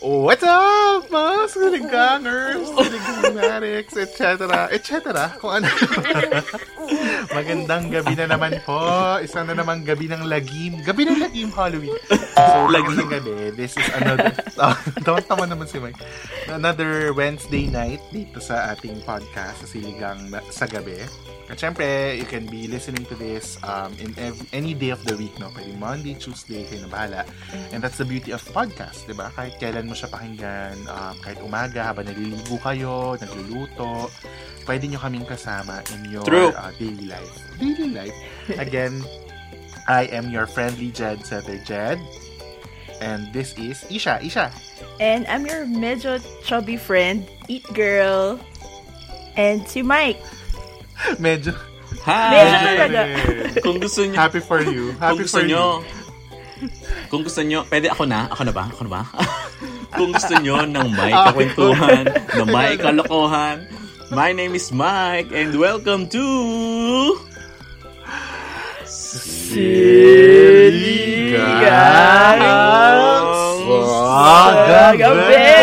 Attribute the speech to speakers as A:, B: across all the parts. A: What's up, mga siniganers, siniganatics, etc. etc. Kung ano. Magandang gabi na naman po. Isa na naman gabi ng lagim. Gabi ng lagim, Halloween. So, lagim gabi. This is another... Oh, don't tama naman si Mike. Another Wednesday night dito sa ating podcast sa Siligang na- sa Gabi. At syempre, you can be listening to this um, in ev- any day of the week, no? Pwede Monday, Tuesday, kayo na bahala. And that's the beauty of podcast, di ba? Kahit kailan mo siya pakinggan, um, kahit umaga, habang naliligo kayo, nagluluto, pwede nyo kaming kasama in your
B: True.
A: uh, daily life. Daily life. Again, I am your friendly Jed Setter Jed. And this is Isha. Isha,
C: And I'm your medyo chubby friend, Eat Girl. And si Mike.
A: medyo
C: Medyo
B: Hi!
C: talaga.
B: Kung gusto niyo,
A: happy for you.
B: kung
A: Happy
B: gusto
A: for you.
B: niyo, kung gusto niyo, pwede ako na, ako na ba? Ako na ba? kung gusto niyo ng may
A: Ah.
B: kakwentuhan, ng may kalokohan, my name is Mike and welcome to
A: Wagang
C: Gabi!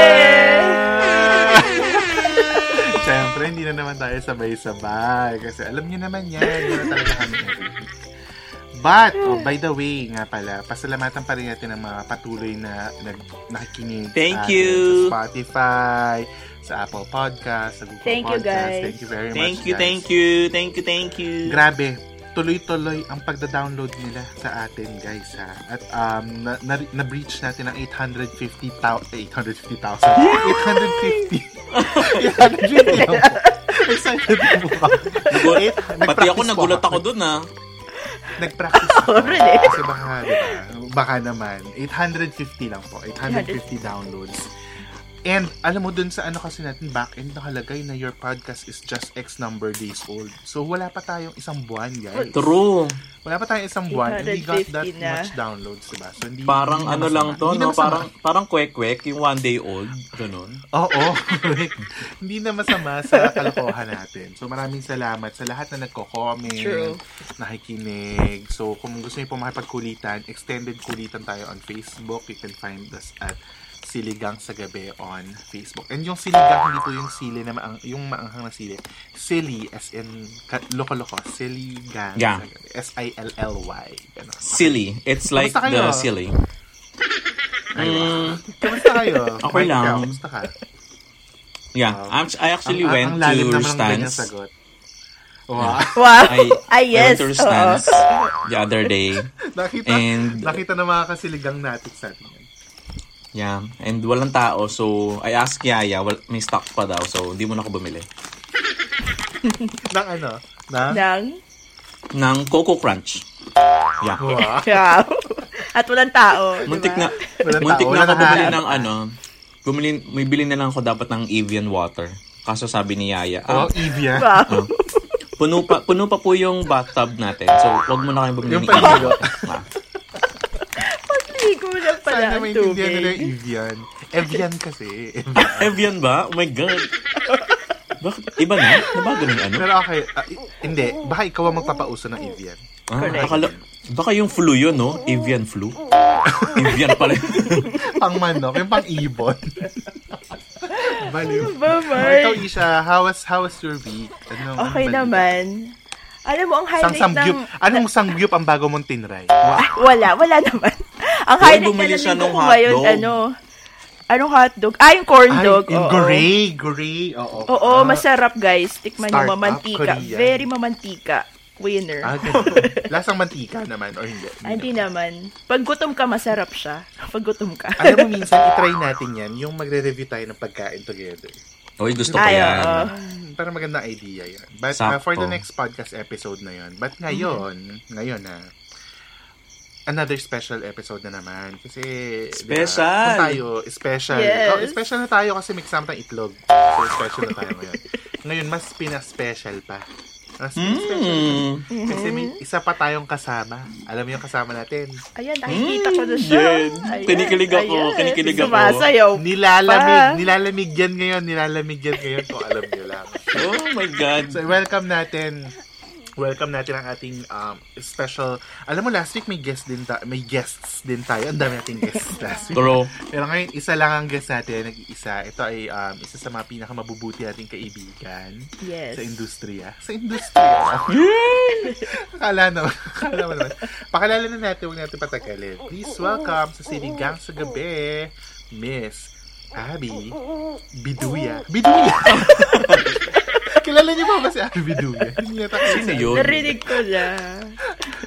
A: Siyempre, hindi na naman tayo sabay-sabay. Kasi alam niyo naman yan. Yun na talaga kami. But, oh, by the way nga pala, pasalamatan pa rin natin ang mga patuloy na nag, nakikinig
B: Thank
A: sa atin sa
B: you.
A: Spotify, sa Apple Podcast, sa Google
C: Thank you,
A: Podcast.
C: guys.
A: Thank you very much,
B: Thank you,
A: guys.
B: thank you, thank you, thank you.
A: Grabe, tuloy-tuloy ang pagda-download nila sa atin, guys, ha. At um, na, na, na-breach natin ang 850,000, 850,000, 850. 850 lang po. Excited po ba?
B: Nagu-
A: Eight-
B: Pati
A: nag-practice po
B: ako nagulat ako dun ah.
A: Nag-practice ako.
C: really?
A: Kasi baka, di ba? Baka naman. 850 lang po. 850 downloads. And alam mo dun sa ano kasi natin back end nakalagay na your podcast is just X number days old. So wala pa tayong isang buwan, guys.
B: True.
A: Wala pa tayong isang buwan and we got that
C: 850 na.
A: much downloads, diba? So, hindi,
B: Parang
A: hindi na
B: ano
A: masama.
B: lang to,
A: Hindi na
B: no?
A: masama.
B: Parang, parang kwek-kwek, yung one day old, ganun.
A: Oo, correct. hindi na masama sa kalokohan natin. So, maraming salamat sa lahat na nagko-comment,
C: True.
A: nakikinig. So, kung gusto niyo po makipagkulitan, extended kulitan tayo on Facebook. You can find us at Siligang sa Gabi on Facebook. And yung siligang, hindi po yung sili na maang, yung maanghang na sili. Silly, as in, ka- loko-loko. Siligang.
B: Yeah.
A: sa Gabi. S-I-L-L-Y. Ganon.
B: Silly. It's like
A: Kamusta kayo?
B: the silly. Mm,
A: Kamusta kayo?
B: Okay
A: Mike,
B: lang.
A: ikaw, Kamusta ka?
B: yeah, I'm, I actually
A: Ang-
B: went
A: ang lalim
B: to
A: naman ng ganyang
B: Rustans.
A: sagot. Wow.
C: Wow.
B: I,
C: ah,
B: I
C: yes.
B: went to
C: oo.
B: Rustans the other day.
A: nakita,
B: And-
A: nakita na mga kasiligang natin sa atin. yan.
B: Yeah, and walang tao. So, I asked Yaya, well, may stock pa daw. So, hindi mo na ako bumili.
A: Ng ano? Na?
C: Nang,
B: Ng Coco Crunch. Yeah.
A: Wow.
C: wow. At walang tao. di
B: Muntik na,
C: ba?
A: Walang
B: muntik
A: tao,
B: na ako
A: walang
B: bumili
A: tao.
B: ng ano. Bumili, may bili na lang ako dapat ng Evian water. Kaso sabi ni Yaya,
A: Oh,
B: ah,
A: Evia.
C: Wow.
B: Oh. Puno pa, puno pa po yung bathtub natin. So, wag mo na kayong bumili
A: Yung
B: ng
A: paligo.
B: Evian. Ah,
C: Hindi ko na pala
A: Sana ano
C: ang
A: maintindihan nila
C: tubig.
A: yung Evian. Evian kasi.
B: Evian ba? Oh my God. Bakit? Iba na? Nabago na yung ano?
A: Pero okay, ah, i- hindi. Baka ikaw ang magpapauso ng Evian.
B: Ah,
C: Correct.
B: akala, baka yung flu yun, no? Evian flu? Evian pala yun.
A: Pang manok, yung pang ibon. Baliw.
C: Ba,
A: Oh,
C: Mike?
A: ikaw, Isha, how was, how was your week? Ano,
C: Okay naman. Alam mo, ang
A: Sang
C: highlight ng...
A: samgyup. Anong samgyup ang bago mong tinry? Wow.
C: Wala, wala naman. Ang
B: Uy,
C: highlight na
B: bumili siya
C: nalilito
B: ng
C: ko ngayon,
B: hotdog.
C: ano... Anong hotdog? Ah, yung corn
A: Ay,
C: dog.
A: yung
C: oo.
A: gray, gray. Oo,
C: Oo,
A: Ah,
C: masarap guys. Tikman
A: Startup
C: yung mamantika.
A: Korea.
C: Very mamantika. winner.
A: Ah, ganun. Lasang mantika naman or hindi.
C: Ah, Hindi naman. Pag gutom ka, masarap siya. Pag gutom ka.
A: Alam mo, minsan itry natin yan, yung magre-review tayo ng pagkain together.
B: Uy, gusto ko
C: Ay,
B: yan.
C: oo.
A: Para magandang idea yan. But uh, for the
B: Sakto. Mm-hmm.
A: next podcast episode na yun. But ngayon, ngayon na, another special episode na naman. Kasi, di ba,
B: Special!
A: kung tayo, special.
C: Yes.
A: Oh, special na tayo kasi mix tayong itlog. So, special na tayo ngayon. ngayon, mas pina-special pa. Mas pina-special pa.
B: Mm.
A: Kasi may isa pa tayong kasama. Alam mo yung kasama natin?
C: Ayan, nakikita ko na siya.
B: yan. Kinikilig ako, kinikilig ako.
C: Sumasayaw
A: Nilalamig.
C: Oh, pa.
A: Nilalamig yan ngayon. Nilalamig yan ngayon kung alam nyo lang.
B: Oh my God.
A: So, welcome natin. Welcome natin ang ating um, special... Alam mo, last week may guest din ta- may guests din tayo. Ang dami nating guests last week.
B: True.
A: Pero ngayon, isa lang ang guest natin. Nag-iisa. Ito ay um, isa sa mga pinakamabubuti nating kaibigan
C: Yes.
A: sa industriya. Sa industriya. Akala naman. Akala mo naman. Pakilala na natin. Huwag natin patagalin. Please welcome sa Sinigang sa Gabi, Miss Abby Biduya. Biduya! Kilala niyo ba ba si Abby Biduya? Hindi niya takot
B: Ano
A: si
B: yun?
C: Narinig ko na.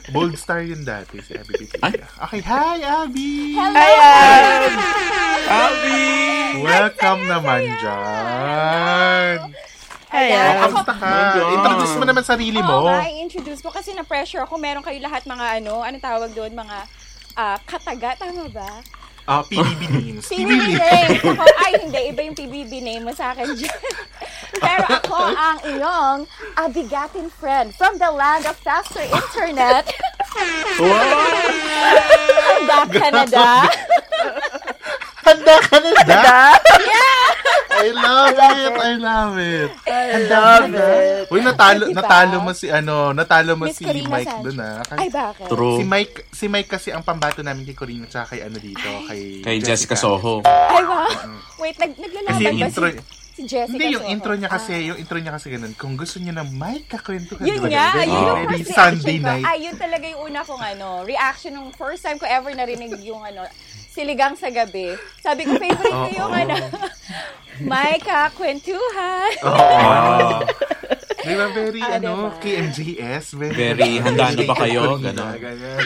A: Bold star yun dati si Abby
B: Ay.
A: Biduya. Okay, hi Abby!
C: Ayan!
B: Abby!
A: Welcome naman dyan! Oh,
C: Ayan.
A: Kamusta ka?
B: Nandyan.
A: Introduce mo naman sarili mo.
D: Oo nga, i-introduce mo kasi na-pressure ako. Meron kayo lahat mga ano, ano tawag doon, mga ah, kataga, tama ba?
A: Ah, PBB names.
D: PBB name. Ako, ay hindi, iba yung PBB name mo sa akin dyan. Pero ako ang iyong abigatin friend from the land of faster internet. Handa Canada.
A: Handa ka na da? I love it! I love it! I love it! Uy, natalo,
D: Diba?
A: natalo mo si ano, natalo mo
D: Miss
A: si
D: Karina
A: Mike
D: Sanchez.
A: doon ah. Kay-
D: Ay, bakit?
B: True.
A: Si Mike, si Mike kasi ang pambato namin kay Corina tsaka kay ano dito, kay,
B: Kay Jessica Soho.
D: Ay, wow. Wait, nag
A: Kasi
D: naglalaban
A: yung
D: ba
A: intro,
D: si, si Jessica?
A: hindi yung
D: Soho?
A: intro niya kasi, yung intro niya kasi ganun, kung gusto niyo ng Mike, kakwento ka.
D: Yun
A: diba?
D: nga,
A: Very,
D: yun yung
A: very
D: first
A: Sunday
D: reaction
A: night.
D: ko. Ay, yun talaga yung una kong ano, reaction nung first time ko ever narinig yung ano, siligang sa gabi. Sabi ko, favorite ko yung ano, Micah, kwentuhan.
B: Ah,
A: Di ba, very,
D: Ah,
A: ano,
D: diba?
A: KMGS. Very,
B: Very, handa na ba kayo?
A: Ganun.
B: Ganon.
A: Ganyan.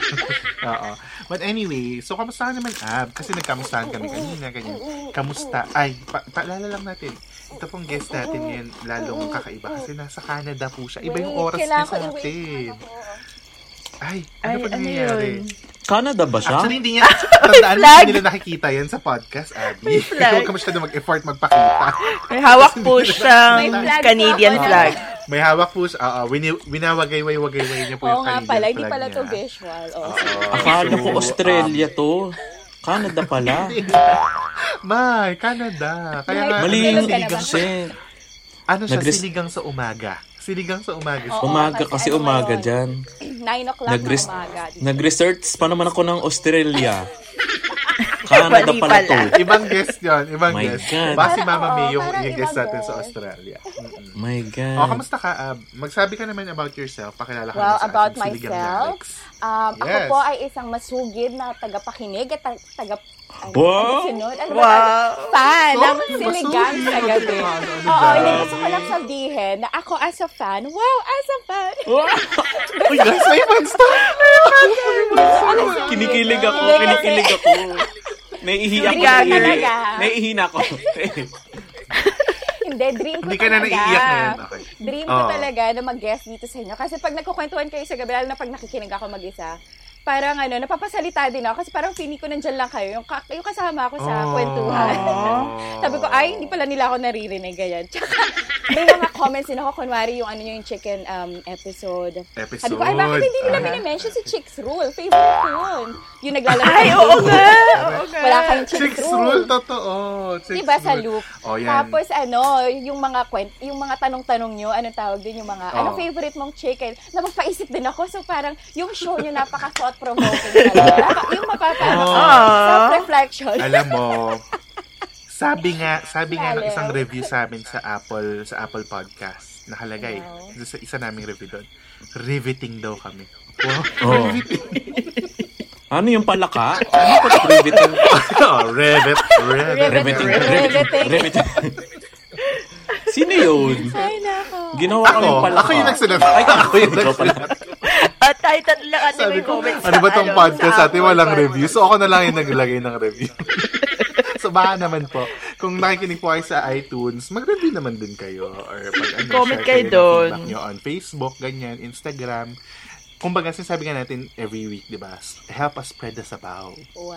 A: Oo. But anyway, so kamustahan naman, Ab? Kasi nagkamustahan kami kanina, ganyan. Kamusta? Ay, pa paalala lang natin. Ito pong guest natin ngayon, lalong kakaiba kasi nasa Canada po siya. Iba yung
D: Wait,
A: oras niya
D: kailangan
A: sa
D: ko
A: atin.
D: i-wait.
A: Ay, ano
C: Ay,
A: pa
C: ano
A: nangyayari?
C: yun?
B: Canada ba siya?
A: Actually, hindi niya, tandaan
C: flag.
A: hindi nila nakikita yan sa podcast, Abby.
C: flag.
A: Ikaw ka masyado mag-effort magpakita.
C: May hawak po siyang
D: May flag po
C: Canadian
D: ako na-
C: flag.
A: May hawak po siya. Oo, wini- winawagayway-wagayway niya po
D: Oo
A: yung
D: nga
A: Canadian
D: pala, hindi
A: flag
D: pala
A: niya.
D: to visual. Oh.
B: Akala ko
A: So,
B: Australia to. Canada pala.
A: Um, my, Canada. Kaya nga,
B: Mali yung
D: Tulog ka na ba?
B: kasi.
A: ano siya,
B: Nagres-
A: siligang sa umaga. Siligang sa umaga.
D: Oo.
B: Umaga
D: kasi
B: kasi
D: ano
B: umaga
D: ngayon?
B: dyan.
D: 9 o'clock na
B: Nagres-
D: umaga.
B: Nag-research pa naman ako ng Australia. Canada
C: Mali
B: pala to.
C: pala.
A: Ibang guest yun. Ibang
B: My
A: guest.
B: God. Hmm.
A: Baka si
D: Para-
A: Mama
D: oo,
A: May yung,
D: para
A: yung guest
D: ibang
A: natin sa
D: guest.
A: Australia. Mm-mm.
B: My God.
A: Oh, kamusta ka? Ab? magsabi ka naman about yourself. Pakilala ka
D: Well,
A: naman sa
D: about
A: ating siligang na
D: myself?
A: Alex.
D: Um, Ako
A: Yes.
D: po ay isang masugid na tagapakinig at tag- taga... Ano,
B: Wow!
D: tagasunod? Ano ba?
A: Ah,
C: Wow!
D: Fan ng
A: Sorry,
D: siligang
A: masugid.
D: sa gabi.
A: Ano, ano,
D: Oo,
A: ano,
D: hindi
A: ano,
D: gusto ko lang sabihin na ako as a fan, wow, as a fan.
A: Oh. Uy, guys, may fans to.
B: Kinikilig ako,
D: Hindi, kasi-
B: kinikilig ako. Naiihi ako,
C: Kinikilig
B: naiihi.
D: talaga.
B: Naiihi na ako.
D: Hindi, dream ko
A: Hindi ka na
D: talaga.
A: naiiyak ngayon. Okay.
D: Dream ko
A: Oo.
D: talaga na mag-guest dito sa inyo. Kasi pag nagkukwentuhan kayo sa gabi, lalo na pag nakikinig ako mag-isa, parang ano, napapasalita din ako. Kasi parang feeling ko nandyan lang kayo. Yung, ka- yung kasama ako sa
A: Oh.
D: kwentuhan. Sabi ko, ay, hindi pala nila ako naririnig. Ganyan. Tsaka, may mga comments din ako. Kunwari yung ano nyo, yung chicken um, episode.
A: Episode.
D: Sabi ko, ay, bakit hindi nila
A: Ah.
D: minimension si Chicks Rule? Favorite ko yun. Yung naglalaro.
C: Ay, oo nga! Oo nga.
D: Wala kayong Chicks,
A: Chicks rule, totoo. Chicks
D: Diba sa
A: rule.
D: loop?
A: Oh, yan.
D: Tapos ano, yung mga kwent, yung mga tanong-tanong nyo, anong tawag din yung mga,
A: Oo.
D: ano favorite mong chicken? Napapaisip din ako. So parang, yung show nyo napaka-thought-provoking talaga. Napa- yung mapapano
A: Oh.
D: self-reflection.
A: Alam mo, sabi nga, sabi nga ng
D: Hello.
A: isang review sa amin sa Apple, sa Apple Podcast, nakalagay, isa, isa naming review doon, riveting daw kami.
B: Oh. Ano yung palaka? Ano ko riveting?
A: oh, rivet, rivet.
B: Riveting.
D: Riveting.
B: Riveting. Sino yun?
D: Ay, nako.
B: Ginawa ko
A: Ako,
B: yung palaka.
A: ako yung nagsulat.
B: Ay, ako yung nagsulat.
C: Ah, tayo tatlo lang at
A: Sabi
C: may
A: ko,
C: comment sa
A: ano ba tong
C: ano,
A: podcast
C: sa
A: natin? Walang
C: Apple
A: review. So, ako na lang yung naglagay ng review. so, baka naman po, kung nakikinig po kayo sa iTunes, mag-review naman din kayo. Or pag ano,
C: Comment
A: share
C: kayo
A: ng
C: doon.
A: feedback nyo on Facebook, ganyan, Instagram. Kumbaga, sinasabi nga natin every week, di ba? Help us spread the sabaw.
D: Wow.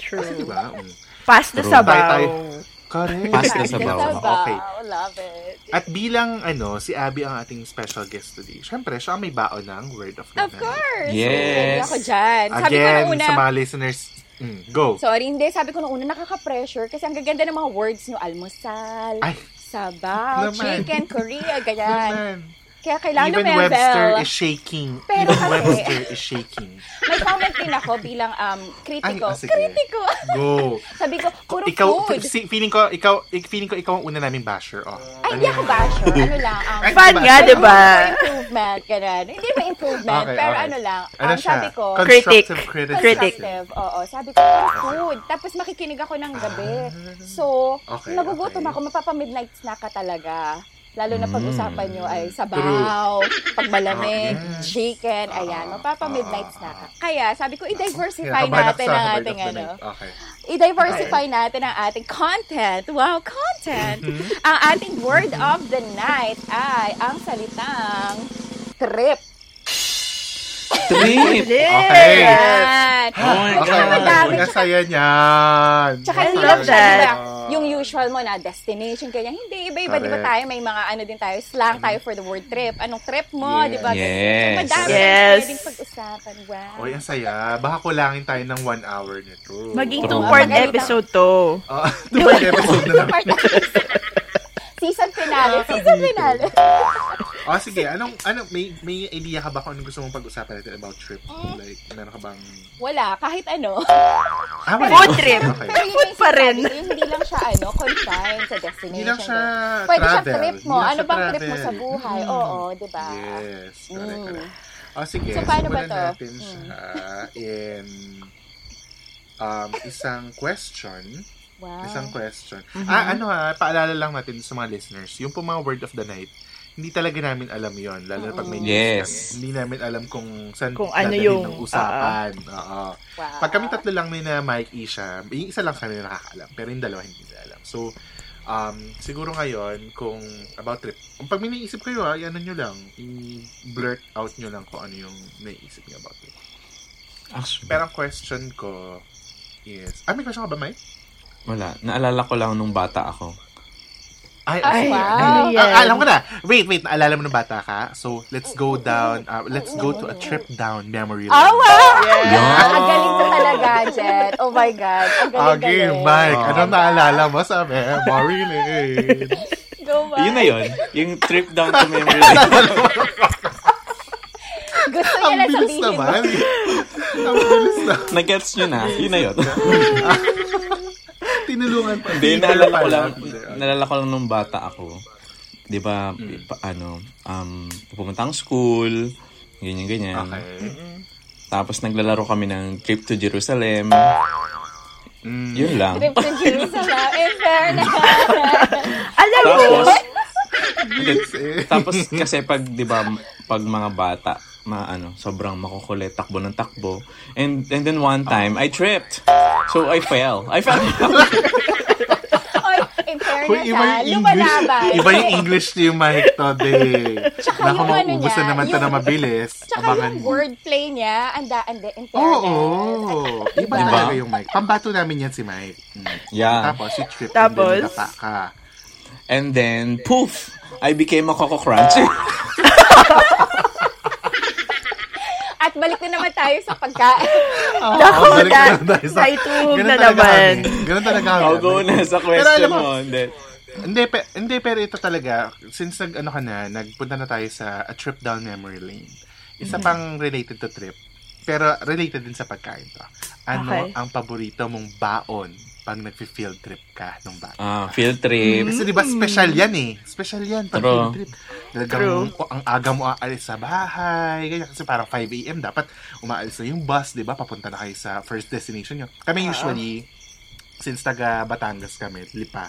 C: True.
A: Di ba? Mm.
C: Pass the
B: True.
C: sabaw.
A: Tayo- Correct.
B: Pass the sabaw.
A: Okay.
D: Love it.
A: At bilang ano, si Abby ang ating special guest today. Siyempre, siya ang may baon ng word of the
D: Of
A: night.
D: course.
B: Yes.
D: Ready ako dyan. Sabi ko
A: Again,
D: na una,
A: sa mga listeners, mm, go.
D: sorry, hindi. Sabi ko na una, nakaka-pressure kasi ang gaganda ng mga words nyo. Almusal,
A: Ay.
D: sabaw,
A: Naman.
D: chicken, Korea, ganyan.
A: Naman.
D: Kaya kailangan
A: Even
D: na may
A: Webster
D: bell.
A: is shaking.
D: Pero
A: Even
D: kasi-
A: Webster is shaking.
D: May comment din ako bilang um,
A: Ay,
D: kritiko.
A: ah, sige.
D: kritiko.
A: Go.
D: Sabi ko, puro
A: ikaw,
D: food.
A: si- feeling ko, ikaw, ik- feeling ko ikaw ang una naming basher. Oh.
D: Ay, hindi ako basher. Ano lang. Um,
A: Ay,
C: Fan nga, diba?
A: Ay,
C: di ba?
D: improvement, ganun. Hindi naman improvement,
A: Okay,
D: pero
A: okay.
D: ano lang.
A: Ano
D: um, sabi
A: siya?
D: ko,
A: Constructive
C: Critic.
A: criticism.
C: Critic.
D: constructive. Oo, sabi ko, puro food. Tapos makikinig ako ng gabi. So,
A: Ah. Okay, okay.
D: nagugutom
A: Mm.
D: ako. Mapapa-midnight snack ka talaga. Lalo na pag-usapan nyo ay sabaw, pagmalamig,
A: Ah,
D: chicken, ayan. Mapapa-midnight snack ka. Kaya sabi ko, i-diversify
A: Kabalak
D: natin
A: ah. sa Ah.
D: ang
A: Word of
D: ating
A: the
D: ano
A: Night. Okay.
D: i-diversify natin ang ating content. Wow, content!
A: Mm-hmm.
D: Ang ating word of the night ay ang salitang trip.
B: Trip!
A: Okay.
D: Yan.
B: Oh my
A: Okay.
B: God.
D: Madami.
A: Ang saya niyan.
D: Tsaka
C: I
D: hindi
C: love
D: lang siya, di ba,
C: that.
D: yung usual mo na destination, ganyan. Hindi, iba-iba, di ba
A: Correct.
D: tayo, may mga ano din tayo, slang tayo for the word trip. Anong trip mo,
A: Yes.
D: di ba? ganyan.
B: Yes.
D: Madami
C: Yes.
D: yes. pwedeng pag-usapan. Wow.
A: Oy, ang saya. Baka kulangin tayo ng one hour nito.
C: Maging
B: True.
C: two-part
D: Magaling
C: episode to.
A: Oh, two-part episode na lang.
D: Season finale. Season finale.
A: Oh, sige. Anong, anong, may, may idea ka ba kung anong gusto mong pag-usapan natin about trip?
D: Hmm?
A: Like, meron ka bang...
D: Wala, kahit ano.
A: Ah, wala.
C: Road trip.
A: Okay.
D: Pero yun
C: Food
D: yung
C: pa rin.
D: sinasabi ko, yung Hindi lang siya ano, confined sa destination.
A: Hindi lang siya
D: din. Pwede siya
A: travel.
D: trip
A: Hindi
D: mo.
A: lang
D: Ano
A: siya
D: bang trip mo
A: travel.
D: sa buhay?
A: Mm.
D: Oo, di ba?
A: Yes. Correct,
D: Mm.
A: correct. Oh, sige.
D: So, paano ba
A: simulan
D: to? Hmm.
A: natin siya in um, isang question.
D: Wow.
A: Isang question.
C: Mm-hmm.
A: Ah, ano ha, paalala lang natin sa mga listeners, yung po mga word of the night, hindi talaga namin alam yon lalo na pag may
B: Yes.
A: guest kami. Hindi namin alam kung saan
C: Kung ano
A: dadalhin
C: yung-
A: ng usapan. Oo.
D: Wow.
A: Pag kami tatlo lang ni na Mike Isha, yung isa lang kami na nakakaalam, pero yung dalawa hindi nila alam. So, um, siguro ngayon, kung about trip, kung pag may naisip kayo, ha, ano nyo lang, i-blurt out nyo lang kung ano yung naisip nyo about trip.
B: Actually,
A: Pero ang question ko is, ah, may question ka ba, Mike?
B: wala. Naalala ko lang nung bata ako.
A: Ay,
D: Ay,
A: okay.
D: wow.
A: Ah,
C: Ayan.
A: alam ko na. Wait, wait. Naalala mo nung bata ka? So, let's go down. uh, let's go to a trip down memory lane.
D: Oh, wow!
B: Yes.
D: Ang galing ko talaga, Jet. Oh my God. Ang
A: Okay,
D: galing-galing.
A: Mike. Anong
B: Um,
A: naalala mo sa memory lane?
D: Go, Mike.
B: Yun na yun. Yung trip down to memory lane.
D: Gusto niya
A: Ang
D: lang
A: bilis
D: sabihin mo.
A: naman. Ang bilis na.
B: Nag-gets nyo na. Yun na yun.
A: Tinulungan pa.
B: Hindi, naalala ko lang.
A: Hindi, okay.
B: Naalala ko lang nung bata ako. Di ba, pa- ano, um, pumunta ang school, ganyan, ganyan.
A: Okay.
B: Tapos naglalaro kami ng trip to Jerusalem. Yun lang.
D: Trip to Jerusalem. In fairness.
C: Alam mo,
B: Tapos,
A: Bilis eh.
B: tapos kasi pag, di ba, pag mga bata, ma ano, sobrang makukulit, takbo ng takbo. And, and then one time, I tripped. So I fell. I fell.
D: Oy, in
A: Hoy,
D: fairness,
A: iba
D: ha.
A: yung English.
D: Lumalaban.
A: Iba yung English ni Mike today. Naku,
D: yung ano niya,
A: mauubusan naman ito na
D: yung-
A: mabilis.
D: Tsaka
A: Abangan
D: yung
A: mo.
D: wordplay niya, ang daan din. In fairness.
A: Oo. Iba
B: Diba?
A: talaga yung Mike. Pambato namin yan si Mike. Mm.
B: yeah.
A: Tapos, si Trip.
C: Tapos?
A: Tapos? Tapa ka.
B: And then, poof! I became a Coco Cruncher.
D: At balik na naman tayo sa pagkain.
C: Naku,
A: balik
C: na-
A: lang tayo sa-
C: naituhog
A: Ganun
C: na
A: talaga
C: naman.
A: kami. Ganun talaga kami.
B: I'll go na sa
A: Pero alam
B: question
A: mo,
B: mo. Hindi.
A: Hindi, pe, hindi, pero ito talaga, since nag, ano ka na, nagpunta na tayo sa a trip down memory lane. Isa
C: Mm-hmm.
A: pang related to trip, pero related din sa pagkain to. Ano
C: Okay.
A: ang paborito mong baon pag nag-field trip ka nung bata?
B: Ah, field trip.
A: Kasi di ba special yan eh. Special yan pag
B: True.
A: field trip. Talagang o, ang aga mo aalis sa bahay. Ganyan kasi parang 5 a.m. dapat umaalis na yung bus, di ba? Papunta na kayo sa first destination nyo. Kami usually, since taga Batangas kami, Lipa,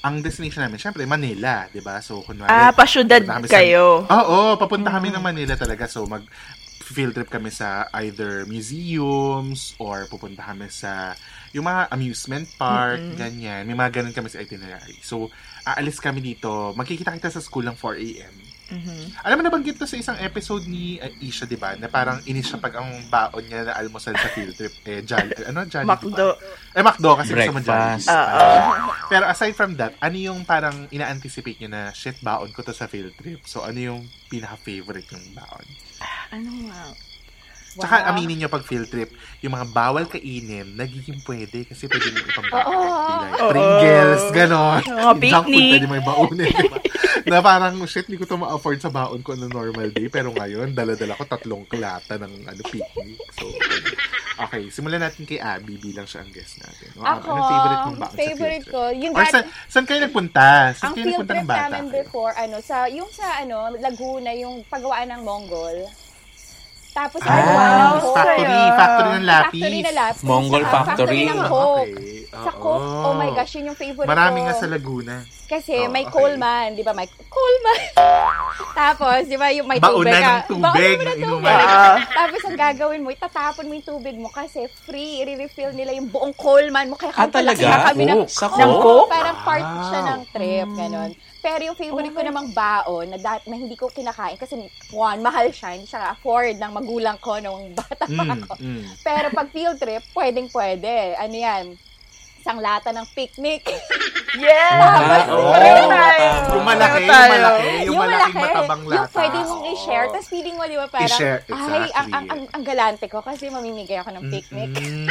A: ang destination namin, syempre, Manila, di ba? So, kunwari...
C: Ah, pasyudad
A: punta kami sa-
C: kayo.
A: Oo, papunta kami ng Manila talaga. So, mag field trip kami sa either museums or pupunta kami sa yung mga amusement park, ganyan. May mga ganun kami sa itinerary. So, aalis kami dito. Magkikita kita sa school ng 4 a.m.
C: Mm-hmm.
A: Alam mo, nabanggit to sa isang episode ni uh, Isha, di ba? Na parang inis siya pag ang baon niya na almusal sa field trip. Eh, jolly, ano, jolly
C: Macdo.
A: Eh, McDo kasi gusto mo Jollibee.
B: Breakfast.
C: Oo.
A: Pero aside from that, ano yung parang ina-anticipate nyo na, shit, baon ko to sa field trip? So, ano yung pinaka-favorite yung baon?
C: Ano nga?
A: Tsaka aminin nyo pag field trip, yung mga bawal kainin, nagiging pwede kasi pwede mo ipambaon. Like, Pringles, gano'n.
C: Oo,
A: Junk food
C: picnic.
A: pwede mo ibaunin, di ba? na parang, shit, hindi ko to ma-afford sa baon ko on a normal day. Pero ngayon, dala-dala ko tatlong klata ng ano, picnic. So, okay, simulan natin kay Abby bilang siya ang guest natin. O, Abby,
D: Ako,
A: anong favorite mong baon
D: favorite
A: sa field trip?
D: ko, yung
A: Or
D: dati-
A: sa, saan kayo nagpunta? Saan
D: Ang
A: kayo
D: field
A: nagpunta
D: trip
A: ng bata?
D: namin
A: kayo?
D: before, ano, sa, yung sa, ano, Laguna, yung paggawaan ng Mongol. Tapos,
A: Ah,
D: ano,
A: factory, factory ng lapis.
D: Factory na lapis.
B: Mongol
D: Saka
B: factory.
D: Factory ng Coke.
A: Okay,
D: Sa
A: oo.
D: Coke, oh my gosh, yun yung favorite
A: Marami
D: ko.
A: nga sa Laguna.
D: Kasi
A: Oo,
D: may
A: Oh, okay.
D: Coleman, di ba? May Coleman. Tapos, di ba, yung may
A: Baon
D: tubig.
A: na
D: ka-
A: ng tubig,
D: Baon mo na
A: ng
D: tubig.
A: inuman.
D: Tapos, ang gagawin mo, itatapon mo yung tubig mo kasi free, i-refill nila yung buong Coleman mo. Kaya
B: Ah,
D: pala
B: talaga?
D: kinakabi ng-
B: Coke? Sa
D: ng
B: Coke?
D: Coke, Parang part siya
A: Wow.
D: ng trip, ganon. Pero yung favorite
B: Oh.
D: ko namang baon na, dat- na hindi ko kinakain kasi one, mahal siya, hindi siya afford ng magulang ko nung bata pa
A: Mm,
D: ako.
A: mm.
D: Pero pag field trip, pwedeng pwede. Ano yan? Isang lata ng picnic.
C: Yes!
A: Ano?
B: Ah, oo.
C: Pareho tayo.
B: Tama.
A: Yung malaki, yung
C: Pareho tayo.
A: malaki, yung, malaking matabang lata.
D: Yung pwede mong i-share. Tapos feeling mo, di ba, parang,
A: I-share,
D: ay, ang,
A: exactly.
D: ang, ang, ang galante ko kasi mamimigay ako ng picnic.
A: Mm.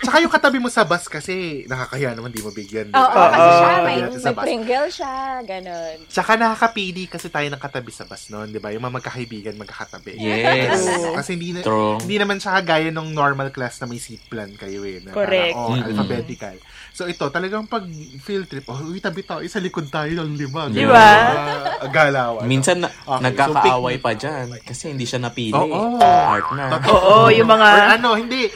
A: Tsaka yung katabi mo sa bus kasi nakakaya naman di mo bigyan. di
D: Oo,
A: ba?
D: kasi
A: Yung
D: siya, may,
A: katabi natin sa
D: may
A: bus.
D: Pringle siya, ganun.
A: Tsaka nakakapili kasi tayo ng katabi sa bus noon, di ba? Yung mga magkakaibigan, magkakatabi.
B: Yes.
A: Oo, kasi hindi, na,
B: True.
A: hindi naman siya kagaya nung normal class na may seat plan kayo eh. Na
C: Correct.
A: parang, oh,
B: Mm-mm.
A: alphabetical. So ito, talagang pag field trip, oh, uy, tabi tayo, sa likod tayo ng lima.
B: Di
A: Ganun,
C: ba?
A: mga Galawan.
B: Minsan na,
A: Okay,
B: nagkakaaway
A: Ah, so pick-
B: pa dyan kasi hindi siya napili.
A: Oo.
B: Partner.
C: Oo, yung mga
A: Or ano, hindi.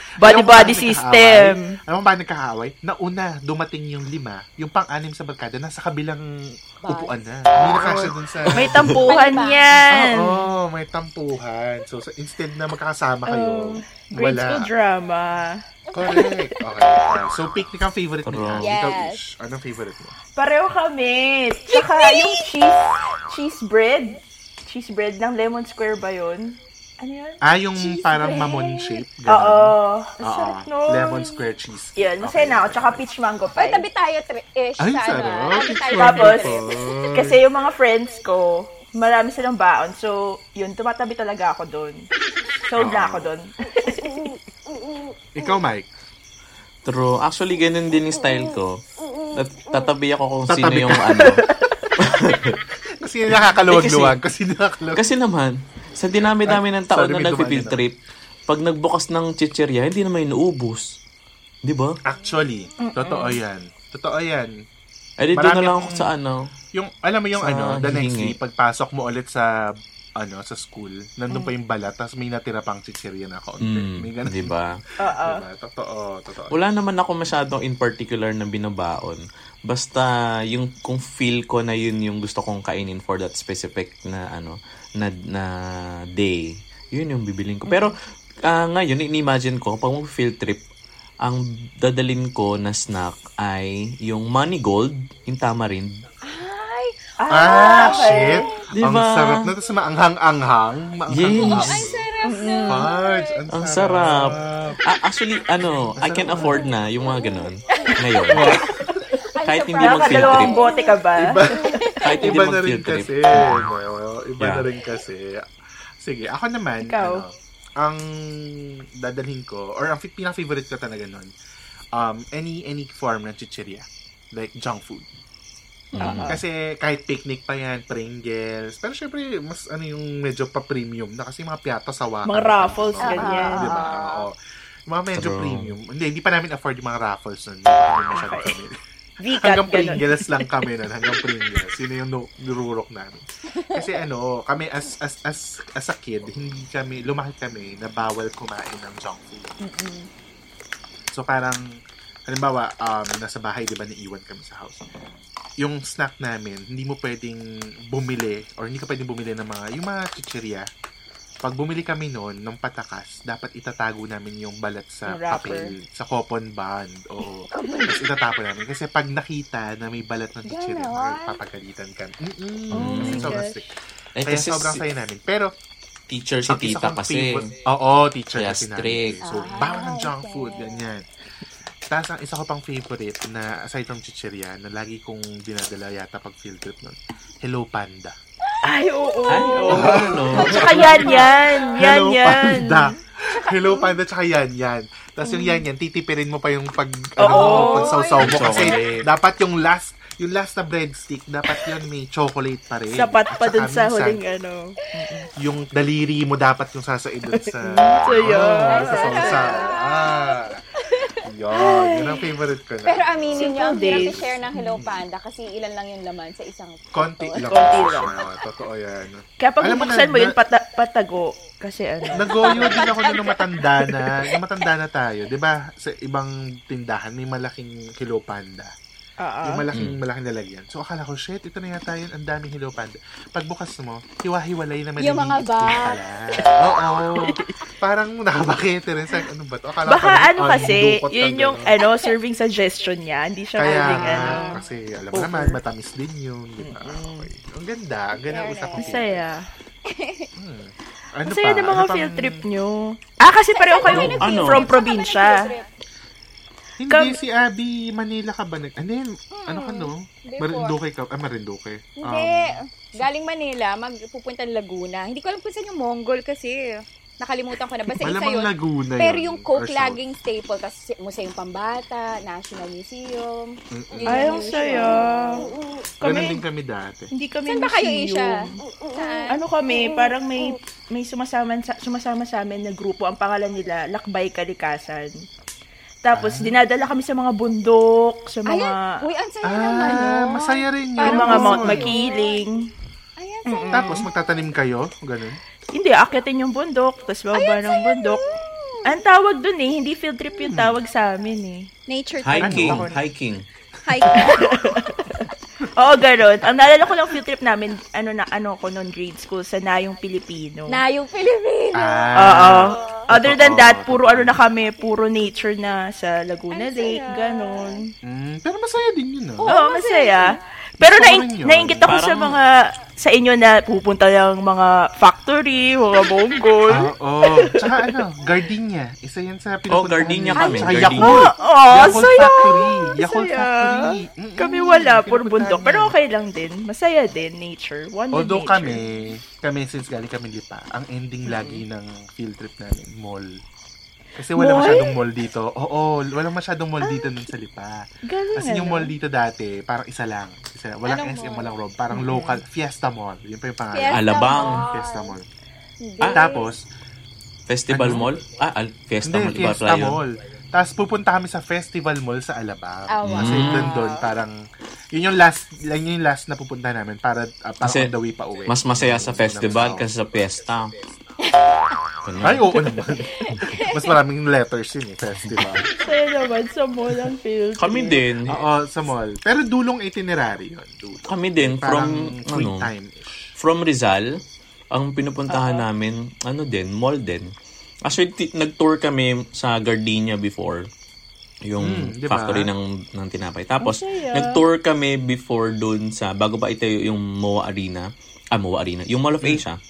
A: Ayaw
C: body-body
A: ko paano
C: system.
A: nagkaaway. Alam mo ba nagkakaaway? Nauna, dumating yung lima, yung pang-anim sa barkada, nasa kabilang upuan na. Hindi na kasya dun sa...
C: May tampuhan
D: Ano ba?
C: yan.
A: Oo, may tampuhan. So, so, instead na magkakasama kayo,
C: Oh, Grade
A: wala.
C: school drama.
A: Correct. Okay. So, picnic ang favorite mo.
B: Wrong.
A: Ikaw,
D: Yes.
A: Ish, anong favorite mo?
C: Pareho kami. Tsaka yung cheese, cheese bread. Cheese bread ng lemon square ba yun? Ano yun?
A: Ah, yung parang mamon shape. ganun.
C: Oo.
A: Ano?
C: Ang
A: Oo.
C: sarap nun.
A: Lemon square cheese.
C: Yan, masaya na ako. Tsaka peach mango eh.
D: Ay,
C: pie.
D: tabi tayo, tri- ish,
A: Ay,
D: sa ano.
A: sarap.
D: ah. Tabi tayo,
C: Tapos,
D: trip.
C: kasi yung mga friends ko, marami silang baon. So, yun, tumatabi talaga ako doon. Sold na ako doon.
A: Ikaw, Mike.
B: True. Actually, ganun din yung style ko. Tat- tatabi ako kung sino
A: Tatabi ka.
B: yung ano.
A: Kasi nakakaluwag-luwag. Kasi nakakaluwag.
B: Eh, Kasi naman, sa dinami-dami ng
A: Ay,
B: taon
A: sorry,
B: na
A: may
B: nag-field
A: dumaan na.
B: trip, pag nagbukas ng chicherya, hindi naman inuubos. Di ba?
A: Actually, totoo yan. Totoo yan.
B: Ay, dito
A: Marami
B: Eh, na lang ako
A: akong-
B: sa ano.
A: Yung, alam mo yung
B: Sa
A: ano, the next
B: hihingi.
A: day, pagpasok mo ulit sa, ano, sa school, nandun pa yung balat, tapos may natira pang chichirya na kaunti.
B: Mm,
A: may ganun.
B: di ba?
C: Oo.
A: Diba? Totoo, totoo.
B: Wala naman ako masyadong in particular na binabaon. Basta yung kung feel ko na yun yung gusto kong kainin for that specific na ano na, na day. Yun yung bibiling ko. Pero ah, ngayon in-imagine ko pag mag field trip ang dadalin ko na snack ay yung marigold in tamarind.
D: Ay,
A: Ah, shit!
B: Di
A: Ang
B: ba?
A: sarap na. Tapos maanghang-anghang. Maanghang-anghang.
B: Yes.
D: sarap na.
A: Fudge, ang,
B: Ang sarap. Ah, actually, ano, I can afford na yung mga ganun. Ngayon.
D: Ang
B: Kahit hindi
D: surprise.
C: Parang
B: mag-field
C: kadalawang
B: trip.
C: bote ka ba?
B: Kahit hindi
A: Iba na rin
B: mag-field trip.
A: kasi. Well, Iba
B: Yeah.
A: na rin kasi. Sige, ako naman,
C: Ikaw?
A: ano, ang dadalhin ko, or ang fi- pinaka-favorite ko talaga nun, um, any any form ng chicheria. Like junk food.
C: Uh-huh.
A: Kasi kahit picnic pa yan, Pringles. Pero syempre, mas ano yung medyo pa-premium na kasi mga piyata sawa.
C: Mga raffles, ganyan.
A: Di ba? Oo. Mga medyo
B: True.
A: premium. Hindi, hindi pa namin afford yung mga raffles nun. Hindi pa namin masyado kami.
C: V-cut,
A: Hanggang
C: ganun.
A: Pringles lang kami nun. Hanggang Pringles. Yun na yung nu- nururok namin. Kasi ano, kami as, as, as, as a kid, hindi kami, lumaki kami na bawal kumain ng junk food. So parang, halimbawa, um, nasa bahay, di ba, naiiwan kami sa house. Yung snack namin, hindi mo pwedeng bumili or hindi ka pwedeng bumili ng mga, yung mga chichirya pag bumili kami noon ng patakas, dapat itatago namin yung balat sa
C: Yung wrapper.
A: papel, sa coupon bond. O, tapos itatapon namin. Kasi pag nakita na may balat ng chichirin,
D: Ganon.
A: papagalitan ka.
B: Oh
A: Mm-mm. Kasi
B: my
A: sobrang
D: gosh.
A: strict.
B: Eh,
A: Kaya
B: kasi
A: sobrang
B: si-
A: saya namin. Pero,
B: teacher si
A: ang isa
B: tita
A: kong
B: kasi.
A: favorite- Oo, teacher
B: Kaya
A: kasi
B: strict.
A: namin. So,
D: Ah,
A: bawal ng junk
D: okay.
A: food, ganyan. Tapos, ang isa ko pang favorite na, aside from chichirya, na lagi kong dinadala yata pag field trip nun, Hello Panda.
C: Ay, oo.
B: Ay,
A: Oh.
B: oo, oh, ano, no?
A: Ano?
C: Tsaka yan, yan. Yan,
A: Hello
C: yan.
A: Panda. Hello Panda, tsaka yan, yan. Tapos yung yan, yan, titipirin mo pa yung pag, ano,
C: Oo.
A: pagsawsaw mo. Kasi
B: Chocolate.
A: dapat yung last, yung last na breadstick, dapat yun may chocolate pa rin.
C: Sapat
A: At
C: pa
A: saka
C: dun sa
A: minsan,
C: huling ano.
A: Yung daliri mo dapat yung sasaid dun sa... ano,
C: So, yun.
A: sa sawsaw. Ah. Yun, yun ang favorite ko na.
D: Pero aminin nyo, ang
C: Simple
D: hirap
C: days.
D: i-share ng Hello Panda kasi ilan lang yung laman sa isang
A: Konti lang.
C: Konti lang.
A: Oo, Totoo yan.
C: Kaya pag
A: Alam mo
C: bubuksan
A: na-
C: mo yun,
A: na-
C: pata- patago. Kasi ano.
A: Nagoyo din ako na matanda na. Nung matanda na tayo, di ba, sa ibang tindahan, may malaking Hello Panda.
C: Oo.
A: Yung malaking, malaking lalagyan. So, akala ko, shit, ito na yata yun. Ang daming Hello Panda. Pagbukas mo, hiwa-hiwalay naman
D: Yung mga bag.
A: Oo. Parang nakabakete rin sa ano ba to? Akala ko
C: Baka
A: parang,
C: ano
A: ah,
C: kasi,
A: dukot
C: yun
A: lang
C: yung
A: ganun.
C: ano, serving suggestion niya. Hindi siya
A: Kaya,
C: pwedeng ano.
A: kasi alam mo naman, matamis din yun. Di ba? Okay. Ang ganda. Ang ganda ng usap
C: Ang saya.
A: Ano
C: Ang saya
A: pa?
C: ng mga
A: Ano pang-
C: field trip nyo. Ah, kasi pareho kayo
B: Ano?
C: from probinsya.
A: Hindi,
C: Kam-
A: si Abby, Manila ka ba? Nag, ano yun? Ano ka no?
D: before.
A: Marinduque ka? Ah, Marinduque. Um,
D: Hmm, Hindi. Galing Manila, magpupunta ng Laguna. Hindi ko alam kung saan yung Mongol kasi. Nakalimutan ko na. Basta isa
A: Malamang
D: yun.
A: Laguna
D: Pero
A: yun,
D: yung
A: or
D: Coke
A: South.
D: laging staple. Tapos Museum Pambata, National Museum. Yun
C: Ay, ang
D: yung usual.
C: saya.
A: Ganun
C: Kami,
A: din kami dati.
C: hindi kami
D: Saan ba kayo, Isha?
C: museum. Ano kami, parang may may sumasama sa, sumasama sa amin na grupo. Ang pangalan nila, Lakbay Kalikasan. Tapos, dinadala kami sa mga bundok, sa mga,
D: Ayan. Uy, ang saya naman.
A: Ah,
D: no?
A: masaya rin yun.
C: yung mga
A: Oo.
C: mount makiling.
D: Ayan, saya.
A: Tapos magtatanim kayo, ganun.
C: Hindi, akyatin yung bundok, tapos bababa ng bundok. Ang tawag dun eh, hindi field trip yung tawag sa amin eh.
D: Nature trip.
B: Hiking,
A: Ano?
B: hiking.
D: Hiking.
C: Oo, ganun. Ang naalala ko ng field trip namin, ano na, ano ko noon grade school, sa Nayong Pilipino.
D: na yung Pilipino.
C: Oo.
A: Ah,
C: Other than
A: Totoo,
C: that, puro
A: totoo.
C: ano na kami, puro nature na sa Laguna
D: Ang
C: Lake,
D: saya.
C: ganun.
A: mm, pero masaya din yun,
C: Oo,
A: ah.
C: masaya. Pero
A: Gusto ko
C: naing,
A: rin yun.
C: nainggit ako sa
B: Parang-
C: mga, sa inyo na pupunta yung mga factory, mga bonggol.
A: Ah, Oo. Tsaka ano, gardenia. Isa yan sa pinapuntahan.
B: Oh, gardenia
A: namin.
B: kami,
A: Tsaka
B: gardenia.
A: Yakult.
C: Oo,
A: Yakult
C: Oh, saya.
A: Factory. Yakult
C: Saya.
A: Factory. Mm-mm,
C: Kami wala, puro
A: pinupuntahan
C: bundok.
A: namin.
C: Pero okay lang din. Masaya din, nature. One with
A: Although
C: nature.
A: kami, kami since galing kami lipa, ang ending lagi ng field trip namin, mall. Kasi wala
C: Mall?
A: masyadong mall dito. Oo, walang masyadong mall dito
D: Ah,
A: nun sa lipa.
C: Galing,
A: Kasi yung
C: ano?
A: mall dito dati, parang isa lang. Isa, walang
D: Anong
A: SM,
D: mall?
A: walang rob. Parang local, Fiesta Mall. Yun pa yung pangalan. Mm,
D: Fiesta
B: Alabang.
D: Mall.
A: Fiesta Mall.
D: Hindi.
B: Ah,
A: Ah, Tapos,
B: Festival
A: Ano?
B: Mall? Ah, al- Fiesta Mall.
A: hindi,
B: Iba
A: Fiesta
B: pala yun.
A: Mall. Tapos pupunta kami sa Festival Mall sa Alabang.
D: Ah, wow.
A: Kasi doon doon, parang, yun yung last, yun yung last na pupunta namin para, ah, parang
B: Kasi
A: on the way pa uwi.
B: Mas masaya sa
A: Yun,
B: festival
A: yun ang
B: kasi sa fiesta. Ganun.
A: Mm. Ay, oo naman. Mas maraming letters yun eh, festival.
C: Masaya naman sa mall ang field
B: Kami
C: trip.
B: din.
A: Oo, sa mall. Pero dulong itinerary yun. Dulong.
B: Kami din
A: Parang
B: from
A: free
B: ano,
A: time-ish.
B: from Rizal. Ang pinupuntahan namin, ano din, mall din. Actually, t- nag-tour kami sa Gardenia before. Yung
A: Mm, di ba?
B: factory ng, ng tinapay. Tapos, nag-tour kami before dun sa, bago pa itayo yung MOA Arena. Ah, MOA Arena. Yung Mall of Asia.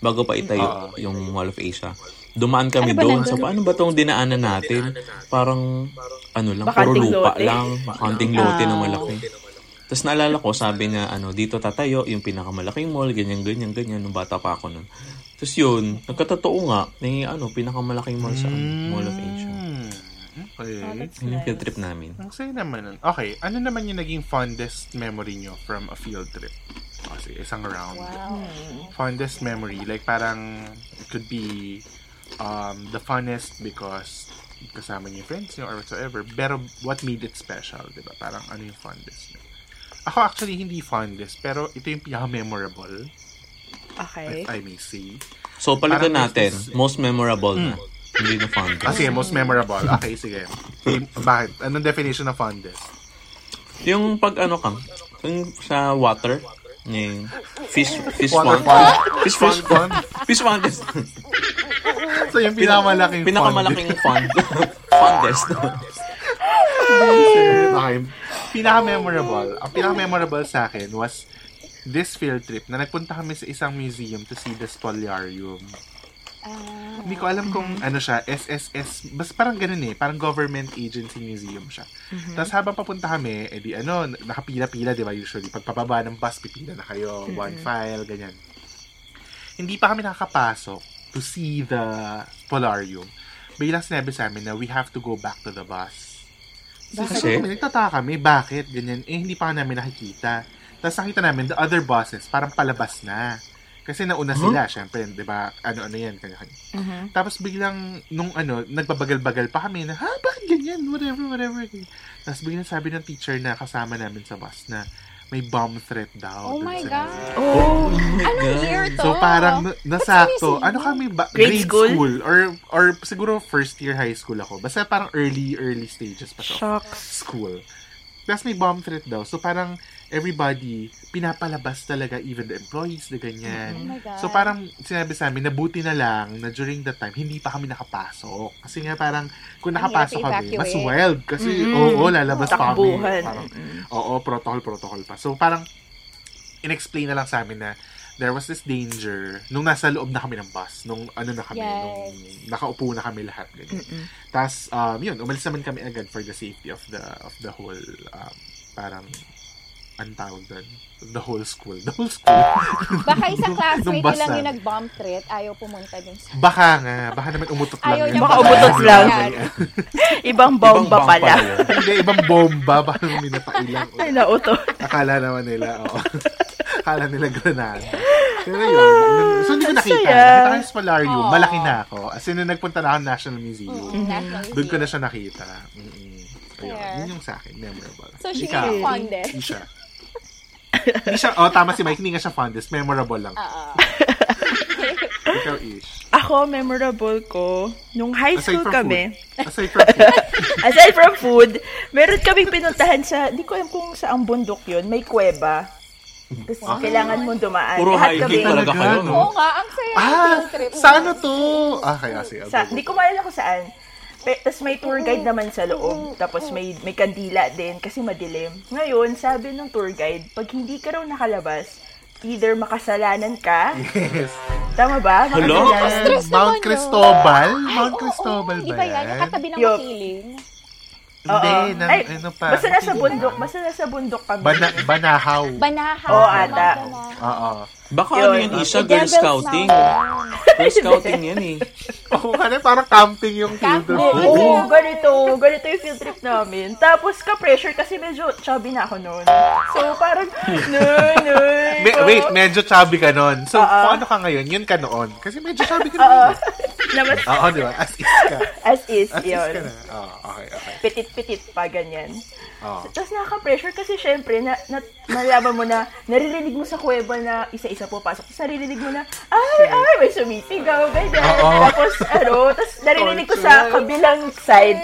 B: Bago pa itayo yung Mall of Asia. Dumaan kami
D: Ano ba
B: doon.
D: nandun?
B: So, paano ba tong dinaanan natin? Parang, ano lang, puro
C: Bakanting
B: lupa
C: lote.
B: lang. Bakanting lote na malaki. Tapos naalala ko, sabi niya, ano, dito tatayo yung pinakamalaking mall, ganyan, ganyan, ganyan, nung bata pa ako nun. Tapos yun, nagkatotoo nga, may ano, pinakamalaking mall sa ano, Mall of Asia.
A: Hmm. Okay.
B: Yun yung field trip namin.
A: Ang saya naman nun. Okay, ano naman yung naging fondest memory nyo from a field trip? Kasi isang round. Fondest memory, like parang it could be um, the funnest because kasama niyo yung friends niyo or whatsoever. Pero what made it special, di ba? Parang ano yung fondest niyo? Ako actually hindi fondest, pero ito yung pinaka-memorable,
C: Okay.
A: if I may say.
B: So, palitan
A: Parang
B: natin,
A: business.
B: most memorable na. Hindi na fun.
A: Kasi Ah, most memorable. Okay, sige. Bakit? Anong definition ng fondest?
B: Yung pag ano ka, yung sa water, Yung fish, fish
A: Water
B: pond.
A: pond.
B: Fish pond.
A: Fish pond.
B: Fish pond. is-
A: So, yung pinakamalaking
B: Pinakamalaking pond. Fondest.
A: Okay. Pinaka-memorable. Ang pinaka-memorable sa akin was this field trip na nagpunta kami sa isang museum to see the Spoliarium. Hindi ko alam kung ano siya, SSS, basta parang ganun eh, parang government agency museum siya. Tapos habang papunta kami, edi ano, nakapila-pila, di ba, usually. Pagpababa ng bus, pipila na kayo, one file, ganyan. Hindi pa kami nakakapasok to see the Polarium. Biglang sinabi sa amin na we have to go back to the bus. So,
B: Bakit?
A: sabi kami, nagtataka kami, bakit? Ganyan. Eh, hindi pa namin nakikita. Tapos nakita namin, the other buses, parang palabas na. Kasi nauna
D: Hmm?
A: sila, syempre, di ba, ano-ano yan, kanya-kanya.
D: Mm-hmm.
A: Tapos biglang, nung ano, nagbabagal-bagal pa kami na, ha, bakit ganyan? Whatever, whatever. Tapos biglang sabi ng teacher na kasama namin sa bus na may bomb threat daw.
D: Oh
A: dun
D: my
A: sa-
D: God.
B: Oh my
D: Anong year to?
A: So parang na- nasakto.
D: Ba't sumisigaw?
A: Ano kami ba?
C: Grade
A: Grade,
C: school?
A: school? or or siguro first year high school ako. Basta parang early early stages pa siya.
C: Shocks.
A: School. Tapos may bomb threat daw. So parang everybody pinapalabas talaga even the employees na ganyan.
D: Oh my God.
A: So parang sinabi sa amin, nabuti na lang na during that time, hindi pa kami nakapasok. Kasi nga parang, kung
D: Ang hirap
A: nakapasok kami,
D: i-evacuate. Mm-hmm.
A: mas wild. Kasi oo, lalabas pa kami.
C: Takbuhan.
A: Parang, oo, protocol, protocol pa. So parang, inexplain na lang sa amin na there was this danger nung nasa loob na kami ng bus, nung ano na kami,
D: Yes.
A: nung nakaupo na kami lahat. Ganyan. Tapos, um, yun, umalis naman kami agad for the safety of the of the whole, um, parang, ang tawag doon, the whole school. The whole school.
D: Baka isang
A: Nung-
D: classmate
A: nung
D: nila
A: basa.
D: lang yung nag-bomb threat, ayaw pumunta dun sa...
A: Baka nga. Baka naman umutot lang.
D: Ayaw
A: yun.
D: niya
C: Baka umutot lang. Ibang bomba
B: bomb
C: pala.
A: Hindi, ibang bomba. Baka naman may nakailang.
C: Ay, nauto.
A: Akala naman nila, oo. Akala nila granada. Pero
D: Ah,
A: yun, yun- so hindi ko nakita. Nakita ko yung Spolarium. Malaki na ako. As in, nung nagpunta na ako ng National Museum.
C: Mm-hmm.
D: National
A: Doon ko na
D: Museum.
A: siya nakita. Mm-mm. Ayun,
D: Fair.
A: yun yung sa akin. Memorable.
D: So, she
A: Ikaw,
D: was fondest.
A: Hindi siya. Hindi siya, oh, tama si Mike. Hindi nga siya fondest. Memorable lang.
D: Oo.
A: Ikaw, Ish.
C: Ako, memorable ko, nung high
A: Aside
C: school
A: from
C: kami,
A: food. Aside from food.
C: aside from food, meron kaming pinuntahan sa, di ko alam kung saang bundok yun, may kuweba. Tapos kailangan mong
B: Ah.
C: dumaan.
B: Puro
C: Lahat
B: hiking
C: kami-
B: talaga kayo, no?
D: Oo nga, ang saya ng
A: Ah,
D: field trip.
A: sa ano to? Ah, kaya sige.
C: Sa, di ko maalala kung saan. Pe- Tapos may tour guide naman sa loob. Tapos may, may kandila din kasi madilim. Ngayon, sabi ng tour guide, pag hindi ka raw nakalabas, either makasalanan ka,
A: Yes.
C: tama ba?
B: Hello?
C: Makasalanan.
D: Stress naman
A: Mount
D: yun.
A: Cristobal? Mount
D: Oo,
A: Cristobal
D: oo, Di
A: ba
D: ba yan? Yung
A: yan?
D: katabi ng
C: Yup.
D: makiling.
A: Hindi,
C: Oo.
A: na,
C: Ay,
A: ano pa?
C: Basta nasa bundok, basta nasa bundok kami.
A: Bana, banahaw.
D: Banahaw.
C: Oo, ata.
A: Oo.
B: Baka
C: Yun.
B: ano yan, Isha? Girl
D: Devil's
B: scouting. Girl scouting yan eh.
A: Oo, kasi parang camping yung field
D: Camping.
A: trip.
C: Oo, oh, ganito. Ganito yung field trip namin. Tapos ka-pressure kasi medyo chubby na ako noon. So, parang, noon, noon.
A: Me- wait, medyo chubby ka nun. So,
C: Oo.
A: kung ano ka ngayon, yun ka noon. Kasi medyo chubby ka noon. eh.
C: Namas,
A: Oo, di ba? As is ka.
C: as is,
A: As is ka
C: yun.
A: na. Oo, okay, okay.
C: Pitit-pitit pa, ganyan.
A: Oo.
C: Tapos nakaka-pressure kasi syempre, na, na, nalaman mo na, naririnig mo sa kuweba na isa-isa po pasok. Tapos naririnig mo na, ay, ay, may sumisigaw, ganyan.
A: Oo.
C: Tapos ano, tapos naririnig ko sa kabilang side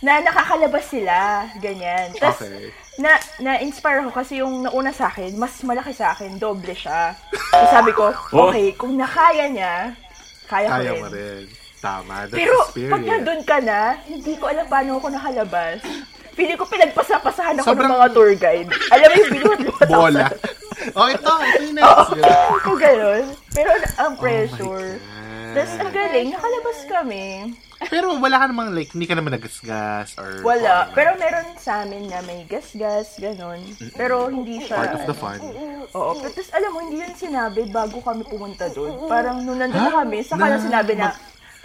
C: na nakakalabas sila, ganyan. Tapos
A: Okay.
C: na, na-inspire ako kasi yung nauna sa akin, mas malaki sa akin, doble siya. So, sabi ko,
B: Oh.
C: okay, kung nakaya niya, kaya,
A: Kaya
C: ko
A: mo
C: rin.
A: rin. Tama. That's
C: Pero
A: experience.
C: pag nandun ka na, hindi ko alam paano ako nakalabas. Feeling ko pinagpasapasahan ako ng
A: Sobrang-
C: mga tour guide. Alam mo yung binuhat-luhat ako
A: Bola.
C: sa-
A: oh, ito. Ito yung next. girl.
C: Ako ganun. Pero ang
A: Oh
C: pressure. Tapos ang galing, nakalabas kami.
A: Pero wala ka namang like, hindi ka naman nagasgas or...
C: Wala. Pero meron sa amin na may gasgas, ganun. Pero hindi siya.
A: Part of the
C: ano.
A: fun.
C: Oo. Pero tapos alam mo, hindi yun sinabi bago kami pumunta doon. Parang nung nandun na kami, saka
A: Na
C: na sinabi na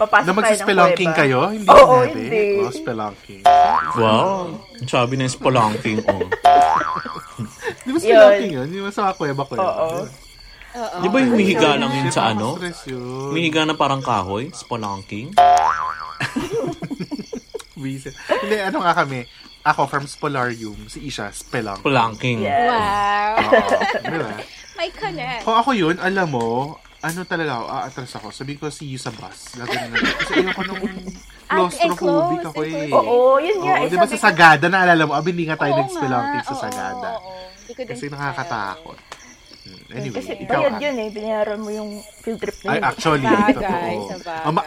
C: papasok
A: Na
C: tayo ng
A: magsespelunking
C: kuweba.
A: kayo? Hindi
C: Oo,
A: sinabi?
C: hindi.
A: Oh, spelunking.
B: Wow. Sabi na yung spelunking oh. on.
A: Di ba spelunking yun? Di ba sa kuweba kuweba?
C: Oo.
B: Di ba yung mihiga lang yun sa ano?
A: Stress yun.
B: Mihiga na parang kahoy? Spelunking?
A: Reason. Hindi, ano nga kami? Ako from Spolarium, si Isha, spelunk.
B: Spelunking.
C: Yeah.
D: Wow.
A: Di ba?
D: May connect.
A: Kung ako yun, alam mo, ano talaga ako, aatras ako. Sabihin ko, see you sa bus. Lagi na lang. Kasi ayoko nung claustrophobic
D: enclosed,
A: ako eh.
D: enclosed.
C: Oo, yun nga.
A: Oo,
C: eh,
A: di ba sa
C: sabi ko-
A: Sagada, naalala mo, abin, hindi nga tayo
D: Oo nga,
A: nag-spelunking sa
D: oo,
A: Sagada.
D: oo, oo. Hindi ko din
A: Kasi
D: kaya.
A: nakakatakot. Hmm, Anyway,
C: Kasi
A: ikaw,
C: bayad
A: Ann.
C: yun eh. Binayaran mo yung field trip na
A: Ay,
C: yun.
A: actually,
D: Sabagay,
A: totoo.
D: sabagay.
A: Ama-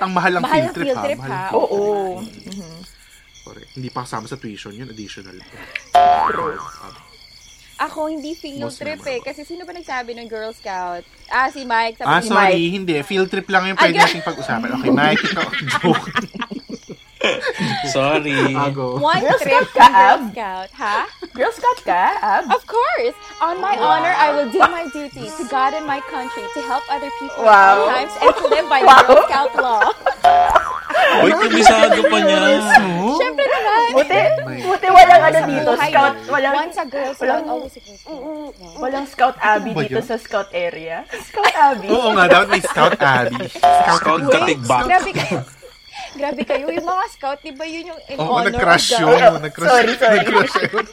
A: ang mahal ang field
D: Mahal ang
A: trip,
D: field
A: ha?
D: trip,
A: Mahal ang
D: ha?
A: field
C: Oo.
A: trip. Correct. Hindi pa kasama sa tuition yun, additional.
D: Ako hindi field
A: Most
D: trip eh.
A: memorable.
D: Kasi sino ba nagsabi ng Girl Scout? Ah, si Mike. Sabi
A: Ah,
D: ni
A: sorry,
D: Mike.
A: hindi. Field trip lang yung pwede
D: Ay,
A: nating pag-usapan. Okay, Mike, ikaw. Joke.
B: Sorry.
A: Ago.
D: One trip
C: Scout ka, um?"
D: ng Girl
C: Ab?
D: Scout, ha?
C: Girl Scout ka, Ab?
D: Of course. On my honor, I will do my duty to God and my country to help other people at
C: Wow.
D: all times and to live by
C: Wow.
D: the Girl Scout law.
B: Uy, kabisado pa niya.
D: Siyempre naman.
C: Buti, buti walang ano dito,
D: Buhay
C: scout,
D: na.
C: walang,
D: Once a Girl Scout,
C: walang-
D: always a Girl Scout.
C: walang scout Abby
A: ba
C: dito
A: yun?
C: sa scout area. Scout Abby.
A: Oo nga, dapat may scout Abby.
B: Scout
D: Wait,
B: katigbak.
D: Grabe kayo. Grabe kayo. Yung mga scout, di ba yun yung in
A: Oo,
D: honor
A: nag-crush
D: of the-
A: yun. Nag-crush,
C: Sorry, sorry.
A: Nag-crush yun.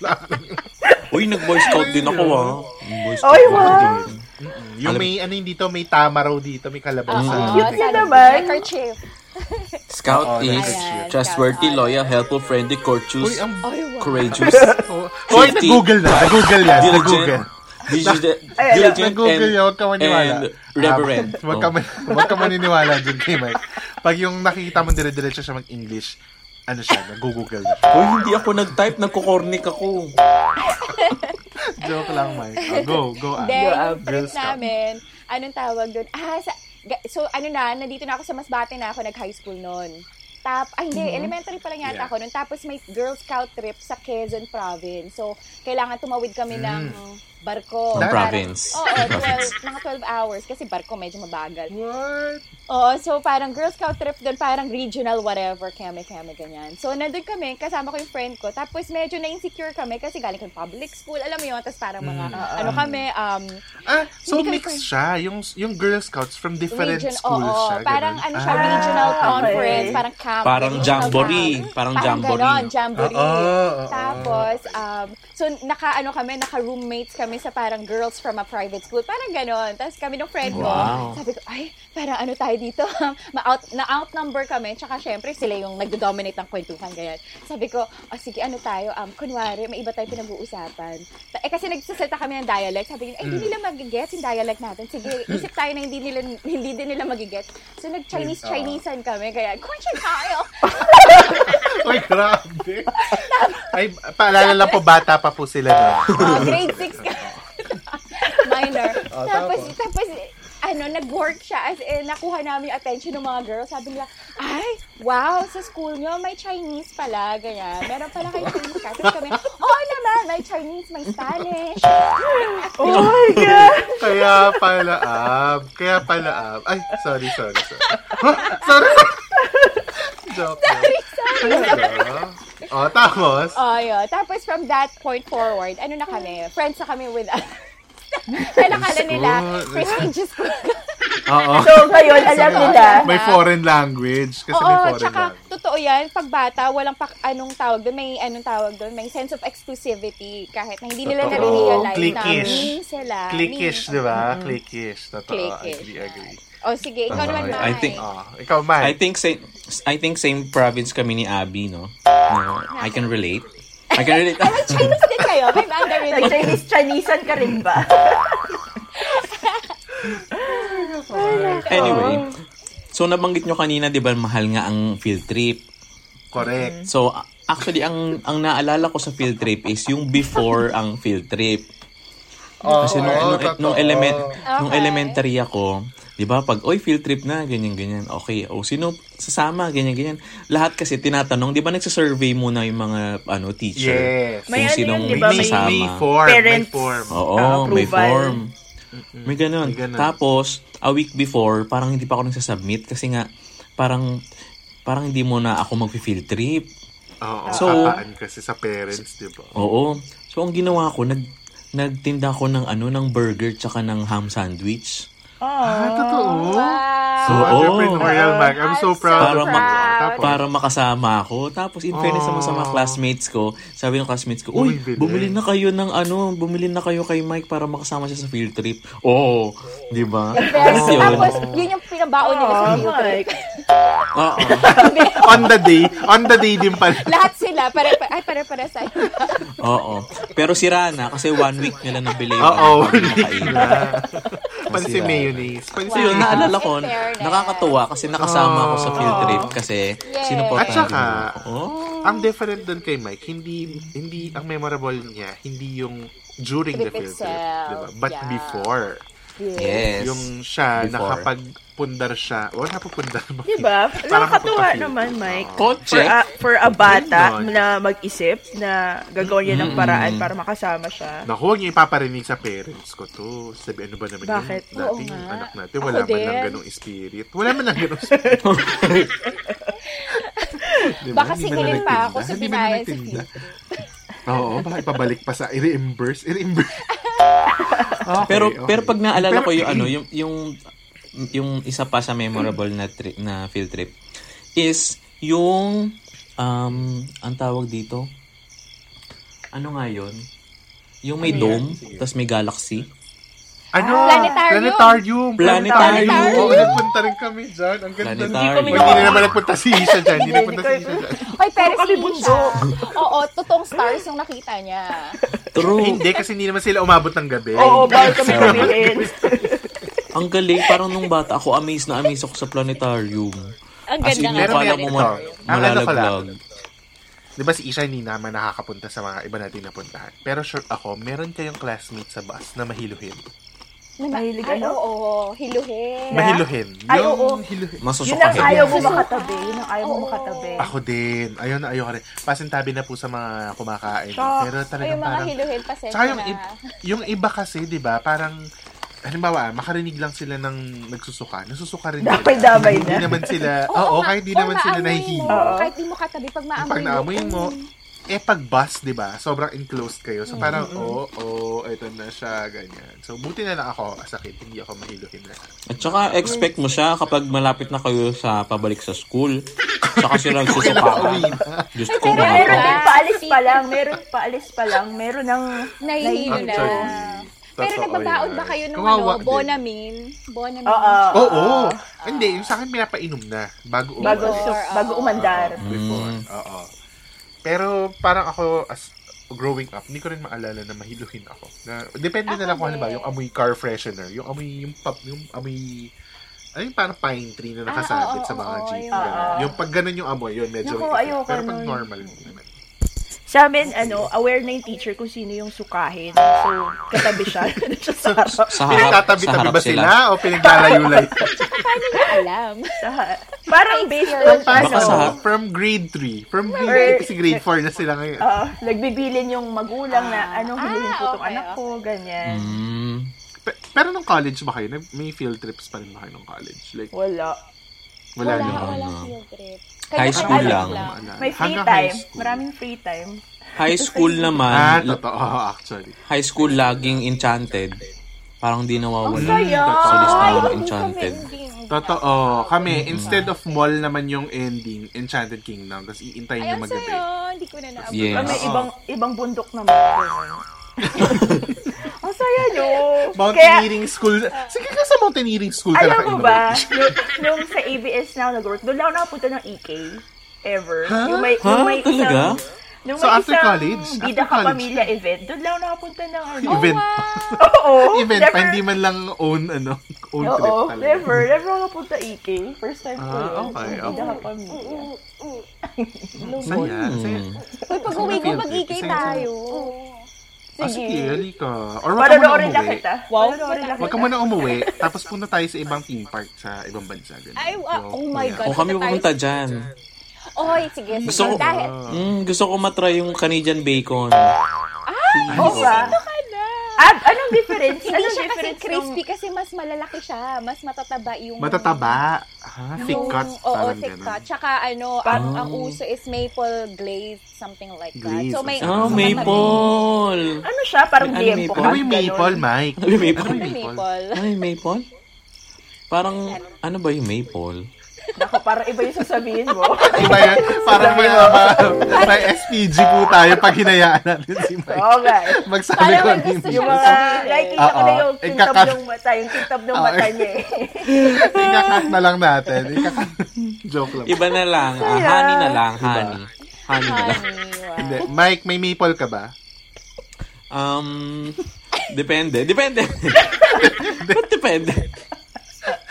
B: Uy, nag-boy scout din ako ah. Boy scout
C: Oy,
B: ako
C: wow.
B: din.
A: Yung may, ano yun dito, may tama raw dito, may kalabaw sa...
B: Ah.
D: Oo,
C: Cute
D: sa
C: yun naman.
D: Neckerchief.
B: Scout
A: Oo,
B: is
D: nag-crush.
B: trustworthy,
D: Ayan.
B: loyal, helpful, friendly,
A: Oh, Uy,
B: courteous,
A: ang... Oh.
B: courageous,
A: Hoy,
B: Fifty.
A: nag-google na. Nag-google yan. Nag-google.
B: diligent, diligent, diligent,
A: Nag-google yan, huwag ka
B: and,
A: maniwala.
B: and Oh. reverent.
A: Ah, Huwag ka, man- huwag ka maniniwala dyan kay Mike. Pag yung nakikita mo dire-diretso siya mag-English, ano siya, nag-google na siya.
B: Uy, hindi ako nag-type, nagkukornik ako.
A: Joke lang, Mike. Ah, go, go, Ann.
D: Then,
C: Yo,
D: yung trip namin, anong tawag doon? Ah, sa, ga- so ano na, nandito na ako sa Masbate na ako, nag-high school noon. Tap, ay hindi, elementary pa lang yata
A: Mm-hmm. Yeah.
D: ako noon. Tapos may Girl Scout trip sa Quezon Province. So, kailangan tumawid kami ng
A: Mm.
D: barko.
B: Ng
D: Parang-
B: province.
D: Oo, 12, mga 12 hours. Kasi barko medyo mabagal.
A: What?
D: Oo, so parang Girl Scout trip doon, parang regional whatever, keme-keme, ganyan. So, nandun kami, kasama ko yung friend ko. Tapos, medyo na-insecure kami kasi galing kami public school, alam mo yun. Tapos, parang mga,
A: Hmm,
D: ano kami, um,
A: Ah, so
D: Hindi
A: mixed siya. Yung yung Girl Scouts from different
D: region,
A: schools
D: oo,
A: siya.
D: parang
A: ganun. Ah,
D: ano siya, regional conference, parang camp.
B: Parang
D: regional
B: jamboree,
D: camp.
B: parang
D: parang
B: jamboree.
D: ganon, jamboree.
A: Oo, oo,
D: Tapos, um, so naka, ano kami, naka-roommates kami sa parang girls from a private school. Parang ganon. Tapos kami ng friend ko,
B: Wow.
D: sabi ko, ay, parang ano tayo dito. Ma-out, na-outnumber kami. Tsaka syempre, sila yung nag-dominate ng kwentuhan. Ganyan. Sabi ko, oh, sige, ano tayo? Um, kunwari, may iba tayo pinag-uusapan. Ta- Eh, kasi nagsasalta kami ng dialect. Sabi ko, ay, hindi nila mag-gets yung dialect natin. Sige, isip tayo na hindi, nila, hindi din nila mag-gets. So, nag-Chinese-Chinesean kami. Kaya, kuncha tayo!
A: Uy, grabe. Ay, paalala lang po, bata pa po sila na.
D: Oh, grade 6 ka. Minor. tapos, tapos, ano, nag-work siya. As in, nakuha namin yung attention ng mga girls. Sabi nila, ay, wow, sa school nyo, may Chinese pala, ganyan. Meron pala kayo Chinese ka. Tapos kami, oo naman, may Chinese, may Spanish.
C: Oh my God!
A: Kaya pala, ab. Kaya pala, ab. Ay, sorry, sorry, sorry. Huh? sorry, sorry. Joke lang. Ayun, oh. Oh, tapos?
D: Oh, yun. Tapos from that point forward, ano na kami, friends na kami with us. Kaya nakala nila,
A: School.
D: prestigious school.
A: Oo.
C: So, ngayon, alam nila.
A: May foreign language. Kasi may
D: Oo,
A: foreign
D: tsaka
A: language.
D: totoo yan, pag bata, walang pak anong tawag doon, may anong tawag doon, may sense of exclusivity kahit na hindi nila
A: Totoo.
D: na-realize
A: Clickish.
D: na me sila.
A: Clickish,
D: me.
A: di ba? Clickish. diba? Totoo.
D: Clickish.
A: Agree, agree.
D: O sige, ikaw naman,
B: Alright,
D: Mai.
B: I think-
A: Oh, ikaw,
B: I
A: Mike.
B: think same I think same province kami ni Abby, no? No, I can relate. I can relate.
D: Ay, Chinese din kayo. May Mandarin.
C: Nag-Chinese-Chinesean ka rin ba? oh.
B: anyway, so nabanggit nyo kanina, 'di ba, mahal nga ang field trip.
A: Correct.
B: So a- Actually, ang ang naalala ko sa field trip is yung before ang field trip. Kasi nung,
A: Oh,
B: nung, nung element, nung elementary ako, 'di ba? Pag oy field trip na, ganyan ganyan. Okay, o sino sasama, ganyan ganyan. Lahat kasi tinatanong, 'di ba nagsa-survey muna yung mga ano teacher
A: Yes.
C: May ano
B: sinong
C: yun, 'di ba? May-
B: sasama.
A: May form.
C: Parents.
A: May form.
B: Oo,
C: Ah,
B: may
C: approval.
B: form. May ganun.
A: May ganun.
B: Tapos, a week before, parang hindi pa ako nagsasubmit kasi nga, parang, parang hindi mo na ako magpi-field trip.
A: Oo,
B: So-
A: kakaan kasi sa parents, diba? di ba?
B: Oo. So, ang ginawa ko, nag, nagtinda ko ng ano, ng burger tsaka ng ham sandwich.
A: Ah, totoo? So,
B: Oo.
A: entrepreneurial, Mac. I'm so
D: Ah, I'm so
A: proud
B: Para
A: of you.
B: mak-
A: Tapos,
B: Para makasama ako. Tapos, in fairness naman sa mga classmates ko, sabi ng classmates ko,
A: Uy,
B: Uy,
A: bilis."
B: bumili na kayo ng ano, bumili na kayo kay Mike para makasama siya sa field trip. Oo. Di ba?
D: Yes,
B: Tapos yun.
D: tapos yun yung pinabaon nila sa
C: Oh,
D: field trip.
C: Mike.
B: Oo.
A: on the day, on the day din pala.
D: Lahat sila, pare, pare, ay, pare-pare sa
B: Oo. Pero sira na kasi one week nila nabili yun.
A: Oo,
B: Hindi
A: week
B: nakain.
A: na. Pansin mayonnaise.
B: So
A: Pansin
B: yun, naalala ko,
D: In fairness.
B: nakakatuwa kasi nakasama ako sa field trip kasi sinuportahan
A: At saka,
B: din ako. Oo.
A: ang different doon kay Mike, hindi, hindi, ang memorable niya, hindi yung during the
D: Trip
A: field trip,
D: itself,
A: diba? but
D: yeah.
A: before.
B: Yes.
A: Yung siya,
B: Before.
A: nakapagpundar siya. O, napupundar ba?
C: Diba?
A: Parang
C: Nakakatuwa
A: kapatid.
C: naman, Mike.
B: Kotse.
C: For a, for a bata
A: Ganon.
C: na mag-isip na gagawin niya ng paraan para makasama siya.
A: Naku, huwag niyo ipaparinig sa parents ko to. Sabi, ano ba naman
C: Bakit?
A: yun? Dati
D: Oo
A: yung
D: nga.
A: anak natin, wala
D: Ako
A: man lang
D: din.
A: ganong spirit. Wala man lang ganong spirit. Di ba?
D: Baka
A: Hindi man lang
D: singilin pa
A: nagtinda.
D: ako sa
A: Hindi man lang
D: binayan sa
A: nagtinda. Oo, baka ipabalik pa sa i-reimburse. I-reimburse. Okay,
B: Pero
A: okay.
B: pero pag naalala
A: Pero-
B: ko yung ano, yung yung yung isa pa sa memorable na trip na field trip is yung um ang tawag dito. Ano nga yun? Yung may dome, tapos may galaxy.
A: Ano?
D: Ah,
A: Planetarium.
D: Planetarium.
B: Planetarium.
A: Oo, nagpunta rin kami dyan. Ang ganda.
B: Planetarium.
A: Hindi kami- Hindi naman nagpunta si Isa dyan. Hindi nagpunta si Isa dyan.
D: Ay, pero
C: kami
D: si
C: bunso.
D: Isha. Oo, totoong stars yung nakita niya.
B: True.
A: Hindi, kasi hindi naman sila umabot ng gabi.
C: Oo, bawal kami bilhin.
B: Ang galing, parang nung bata ako, amazed na amazed ako sa planetarium.
D: Ang
B: As in, yung
D: ganda nga.
A: Pero
B: akala
A: meron
B: mo ma-
A: ito. Ang ano ko lang.
B: malalaglag.
A: Di ba si Isha hindi naman nakakapunta sa mga iba natin napuntahan? Pero sure ako, meron kayong classmate sa bus na mahiluhin.
C: Mahilig
D: Ay,
C: ano?
D: oo, hiluhin.
A: Mahiluhin.
C: Ay,
A: Yung
C: oo.
A: hiluhin.
C: Yun ang
B: Masusukahin.
C: ayaw mo makatabi. Yun ang ayaw mo makatabi.
A: Ako din. Ayun, ayoko rin. Pasintabi na po sa mga kumakain.
C: Shucks.
A: Pero
D: Ay,
A: talagang
D: yung mga
A: parang...
D: hiluhin, pasensya
A: Tsaka yung,
D: na.
A: i- yung iba kasi, di ba, parang... Halimbawa, makarinig lang sila ng nagsusuka. Nagsusuka rin sila.
C: Damay-damay
A: Hindi
C: na.
A: naman sila... Oo,
D: nga.
A: kahit di
D: Oo,
A: naman sila
D: maamoy mo.
A: nahihilo.
D: Kahit di mo katabi, pag maamoy
A: Pag naamoy mo, eh pag bus, 'di ba? Sobrang enclosed kayo. So parang oo, oh, oh, ito na siya ganyan. So buti na lang ako as a kid, hindi ako mahiluhin na.
B: At saka, expect mo siya kapag malapit na kayo sa pabalik sa school. Saka sila nagsusuka ka. Diyos ko,
D: pero
B: mga
C: Meron
B: ka.
C: din paalis pa lang. Meron paalis pa lang. Meron ng
D: Nahihilo na.
A: Actually,
D: Pero
A: totoo
D: nagbabaon
A: yan.
D: ba kayo ng
A: Kawawa
D: ano,
A: din.
D: bonamin? Bonamin.
C: Oo.
A: Oo. hindi, yung sa akin pinapainom na bago umalis.
C: Bago, su- bago umandar.
A: before.
B: Mm.
A: Oo. Pero parang ako as growing up, hindi ko rin maalala na mahiluhin ako. Na, depende na lang kung ano ba, yung amoy car freshener, yung amoy, yung, pap, yung amoy, ano yung parang pine tree na nakasabit
D: oo,
A: sa mga
D: oo, oo,
A: jeep.
D: yung-
A: ganun. Yung pag ganun yung amoy, yun, medyo
C: Naku,
A: may effect.
C: ayoko
A: Pero pag
C: nun.
A: normal, hindi naman.
C: Sa amin, ano, aware na yung teacher kung sino yung sukahin. So, katabi siya. Ganun siya sa harap.
B: Sa harap, sa
A: Pinagtatabi-tabi
B: harap
A: ba
B: sila.
A: sila, o pinaglalayo-layo?
D: Paano mo
A: Oh!
D: alam?
C: Sa ha- Parang based on,
D: Experience.
B: Baka sa
C: ano,
B: harap.
A: from grade 3. From
C: Or-
A: grade 3 kasi grade 4 na sila ngayon.
C: ah, nagbibilin yung magulang na ano, hiluhin ko tong
D: Ah. okay,
C: anak ko, ganyan.
B: Mm,
A: Pe- pero nung college ba kayo, nag- may field trips pa rin ba kayo nung college? Like,
C: Wala.
A: wala,
D: Wala,
A: na.
D: walang field trip.
B: High school lang.
C: ano May free
A: Hanggang high
C: time.
A: school.
C: Maraming free time.
B: High school
A: Ah,
B: naman.
A: totoo, actually.
B: High school laging enchanted. Parang di nawawala.
C: saya!
B: Sa listahan ng
D: Ay, hindi
B: enchanted.
D: kami, hindi.
A: Totoo. Kami,
C: Mm-hmm.
A: instead of mall naman yung ending, Enchanted Kingdom. Tapos iintayin
D: Ayun
A: nyo magabi.
D: sa'yo, hindi ko na naabot.
B: Yes.
C: Ah, may
A: Oo.
C: ibang ibang bundok naman. Ganun. Ang saya nyo. Kaya,
A: Mountaineering school. Sige ka sa mountaineering school ka
C: alam
A: na
C: mo ba, nung, nung sa ABS na ako nag-work, doon lang ako nakapunta ng EK. E Ever. Yung may,
B: Ha?
C: yung may
B: Talaga?
C: isang, Nung
A: So,
C: may
A: after
C: isang
A: college? After
C: Bida ka
A: college?
C: Pamilya event, doon lang ako nakapunta ng ano.
D: Oh,
A: event.
C: Oo.
A: event pa,
C: never-
A: hindi man lang own, ano, own trip
C: Oo,
A: talaga.
C: never. Never ako napunta EK. First time ko
A: Ah,
C: yun.
A: okay,
C: Yung Bida
A: okay.
C: ka Pamilya.
A: Saya, saya.
C: Mm.
D: Uy, pag-uwi ko,
A: Field trip,
D: mag-ikay
A: isa yun.
D: tayo.
A: Ah, sige, halika. Or wag ka muna
C: Panonoorin lang
A: umuwi.
C: kita.
D: Wow.
C: Panonoorin lang
A: Wag ka
C: kita.
A: muna umuwi, tapos punta tayo sa ibang theme park sa ibang bansa. Ganun.
D: Ay, wa-
A: So,
D: oh my
A: yeah.
D: God.
B: O kami
D: Punta tayo
B: pupunta
D: sa-
B: dyan.
D: Oy, sige, sige.
B: Gusto ko,
D: Dahil,
A: Ah.
B: mm, gusto ko matry yung Canadian bacon.
C: Oo ba? Ah, anong difference?
D: hindi
C: anong
D: siya kasi
C: difference
D: crispy kasi mas malalaki siya. Mas matataba yung...
A: Matataba. Ha? Thick
D: yung-
A: cut.
D: Oo,
A: parang
D: thick
A: ganun.
D: cut. Tsaka ano, ang, ang
C: Ah.
D: uso is maple glaze, something like
A: Glaze,
D: that. So may...
C: Ah,
B: Oh, maple!
C: Nung- Ano siya? Parang
B: Ano,
C: liempo.
B: maple?
A: Ano yung maple,
C: Ganun.
A: Mike?
B: Ano yung maple?
D: Ano maple?
B: Ay, maple? Parang, ano ba yung maple?
C: Nako, parang iba yung sasabihin mo.
A: Iba yun. Parang may, uh, may SPG po tayo pag hinayaan natin si Mike.
C: Okay.
A: Magsabi
D: Parang
A: ko
D: may gusto
A: hindi.
D: siya.
C: Yung mga, nakikita ko na
A: Oo.
C: yung
A: Eh,
C: kintab
A: kakab-
C: ng mata, yung kintab ng
A: Oo.
C: mata niya eh.
A: Ikakat na lang natin. Ikakat. Joke lang.
B: Iba na lang. Ah, honey na lang. Honey. Honey na lang.
A: Hindi. Mike, may maple ka ba?
B: Um, depende. Depende. Ba't depende?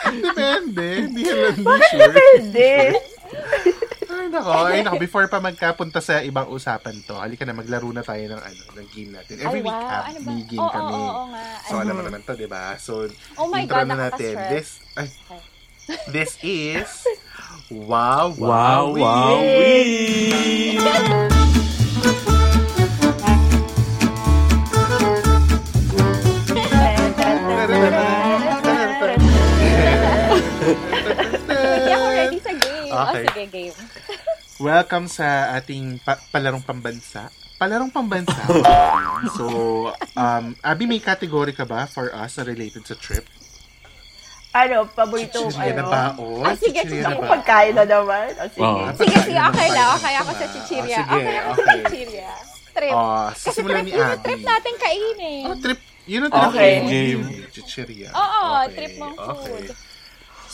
A: Depende. Hindi lang hindi sure.
C: Hindi.
A: Ay, nako. Ay, nako. Before pa magkapunta sa ibang usapan to, halika na maglaro na tayo ng ano, ng game natin. Every
D: Ay,
A: week
D: wow.
A: up,
D: Ano ba?
A: may game
D: Oo,
A: kami.
D: oo, oo nga. Ano? Mm.
A: So, alam mo naman to, di ba? So,
D: Oh my
A: intro
D: God,
A: na natin.
D: nakaka-stress.
A: This, ay, this is... Wow, wow,
B: Wow, wow,
D: Hindi ako ready sa game.
A: Okay.
D: Oh, sige, game.
A: Welcome sa ating pa- palarong pambansa. Palarong pambansa. so, um, Abby, may category ka ba for us na related sa trip?
C: Ano, paborito ko
A: Chichirya na
C: ano?
A: ba? Oh,
D: Ah, sige,
A: chichirya na
C: Yung
A: ba?
C: pagkain na naman. O sige.
B: Oo.
D: Sige, sige. Okay lang. Okay ako sa
A: Ah,
D: chichirya.
A: sige,
D: okay ako sa
A: okay.
D: chichirya. Trip.
A: Oh,
D: Kasi
A: sisimulan
D: trip,
A: ni
D: yun
A: Abby.
D: yung trip natin kainin.
A: Oh, trip. Yun ang trip.
C: Okay.
B: Game.
A: Chichirya.
D: Oo, trip mong food.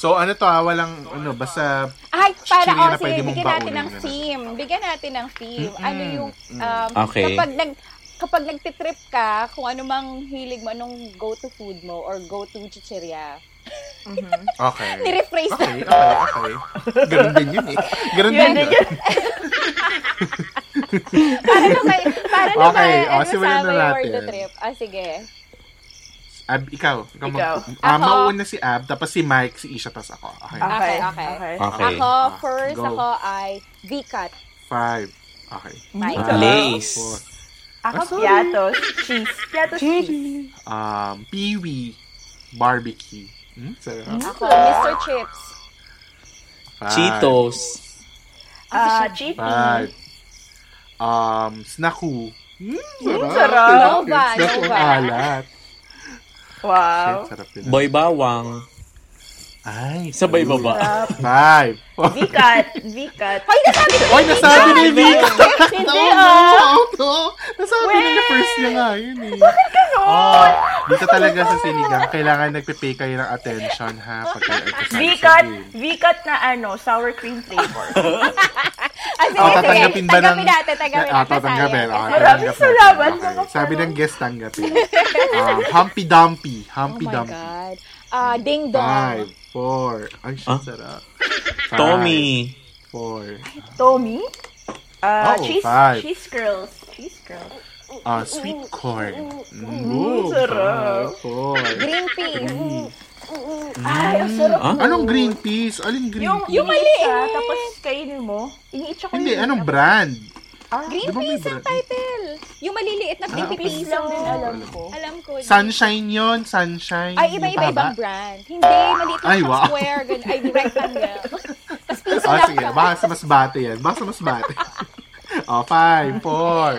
A: So, ano to ah, walang, ano, basta,
D: Ay,
A: Chichirya
D: para, oh,
A: na
D: sige,
A: pwede mong
D: bigyan
A: baunin
D: natin ng
A: yun, ano? Mm.
D: theme. Bigyan natin ng theme. Ano yung, um,
B: Okay.
D: kapag nag, kapag nagtitrip ka, kung ano mang hilig mo, anong go-to food mo or go-to chichirya.
A: okay.
D: Nirephrase
A: Okay, okay, okay. Ganun din yun eh. Ganun din
C: Yun din
A: yun.
C: yun.
D: para naman, ano para
A: Okay,
D: naman,
A: oh,
D: ano,
A: simulan na
D: sama yung word
A: natin.
D: to trip. Ah, sige.
A: Ab, ikaw. Ikaw.
C: Ikaw.
A: Mag- ah,
D: Ako.
A: mauuna si Ab, tapos si Mike, si Isha, tapos ako. Okay.
C: Okay,
D: Okay, okay.
C: okay.
B: Okay.
D: Ako,
A: Ah,
D: first
A: Go. Mm-hmm.
D: ako ay V-cut.
A: Five. Okay.
D: Mike.
B: Ah, Lace.
C: Ako, piatos. Cheese. Piatos cheese.
A: Um, Peewee. Barbecue. Hmm? Sarap.
D: Ako, Mr. Chips.
A: Five.
B: Cheetos.
C: Ah, chippy.
A: Five. Um, Snacku. Hmm, sarap.
C: sarap.
D: Nova,
A: Snack
D: Nova.
A: ang alat.
C: Wow.
A: Sarap yun.
B: Boy bawang.
A: Ay,
B: Sabay baba.
A: Five. Four.
C: V-cut. V-cut.
D: Hoy, nasabi ko!
A: Oy, nasabi ni Vic!
C: Hindi
A: Oo,
C: ah.
A: oo. Nasabi niya na first niya nga yun eh. Oh, dito talaga sa sinigang, kailangan nagpe-pay kayo ng attention ha. Pag kayo ay kasali sa
C: V-cut.
A: game.
C: V-cut na ano, sour cream flavor.
D: Ah, sige,
A: Oh,
D: sige.
A: tatanggapin ba ng...
D: Tanggapin natin, tanggapin
A: Ah,
D: natin.
A: tatanggapin.
D: Sayang.
A: Okay,
C: Maraming
A: tatanggap natin.
C: salamat,
A: Okay.
C: mga
A: Sabi ng guest, tanggapin. um, Humpy Dumpy.
D: Oh
A: Humpy
D: my
A: Dumpy.
D: God. Ah, ding dong.
A: Five, four. Ay, shit,
B: Ah?
A: sarap. Five,
B: Tommy.
A: Four.
C: Tommy. Ah,
A: Oh,
C: cheese,
A: five.
C: cheese curls. Cheese curls.
A: Ah, sweet corn. Mm,
C: sarap.
A: five, Four.
D: Green peas.
C: Ay, ang sarap.
B: Ah?
A: Anong green peas? Aling green
C: Yung,
A: peas?
C: yung maliit. ah, tapos kainin mo. Iniitsa ko
A: Hindi,
C: yun.
A: anong brand? ano?
D: Green
A: Ah, Di ba may eh.
D: peas ang
A: brand?
D: title. Yung maliliit na green peas.
C: Lang din alam ko.
D: Alam ko.
A: Sunshine yon sunshine.
D: Ay, iba-iba
A: Tama?
D: ibang brand. Hindi, maliit lang
A: Ay,
D: siya,
A: wow.
D: square. Ganun. Ay, rectangle. Tapos piso
A: Ah,
D: lang
A: sige,
D: siya.
A: baka sa mas bate yan. Baka sa mas bate. oh, five, four.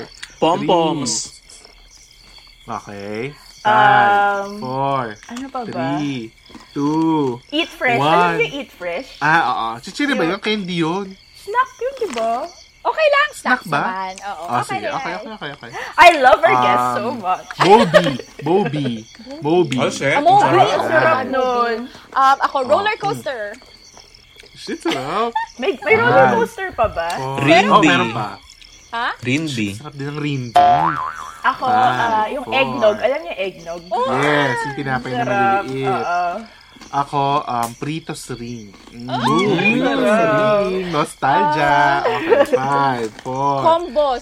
B: Pompoms.
A: three. Okay. Five,
C: Um,
A: four,
C: Ano pa ba?
A: three, two.
C: Eat fresh.
A: One.
C: Alam niyo eat fresh?
A: Ah, oo. Chichiri ba yun? Candy yun.
C: Snack yun, di ba?
D: Okay lang.
A: Snack
D: Snacks
A: ba?
D: naman. Oo,
A: Ah,
D: okay
A: sige.
D: lang.
A: Okay, okay, okay, okay.
C: I love our
A: Um,
C: guests so much.
A: Moby. Moby. Moby.
B: Oh,
D: Mobile.
C: Ay, ang sarap nun.
D: Um, ako,
A: Oh,
D: roller
A: hmm.
D: coaster.
A: Shit, sarap.
C: May, may roller coaster pa ba?
A: Oh,
B: Rindy.
A: Oh, meron pa.
D: Ha?
B: Rindy.
A: Sarap din ng rinding.
C: Ako, ah, yung eggnog. Alam niyo yung eggnog? Ah, Oh,
A: Yes, yung tinapay na maliliit. Ako, um, Pritos Ring. Mm, Pritos Ring. Nostalgia. Okay, five, four,
D: Combos.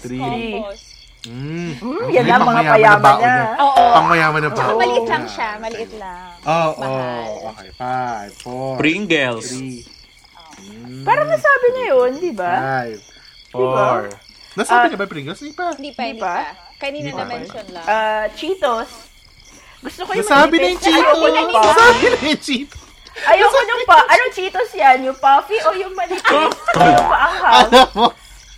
A: Oh, three.
D: Combos.
A: Mm.
C: yan lang, mga payaman Ah, na.
D: Oo.
A: Pangmayaman na ba?
D: Oh, Maliit lang siya. Maliit lang.
A: Oo,
D: Mahal.
A: okay. Five, four,
B: Pringles.
A: three, Mm.
C: Parang nasabi na yun, di ba?
A: five, four. Nasabi na ba Pringles? Hindi pa.
D: Hindi pa, hindi
C: pa?
D: pa. Kanina na-mention lang.
A: Oh.
C: Ah, Cheetos. Gusto ko yung
A: Nasabi na
C: malipit.
A: yung Cheetos.
C: Ayoko na yung pa.
A: Nasabi na yung Cheetos.
C: Ayoko nung pa. Anong Cheetos yan? Yung puffy o yung malipit?
A: Oh,
C: Yung paanghang?
A: Alam mo?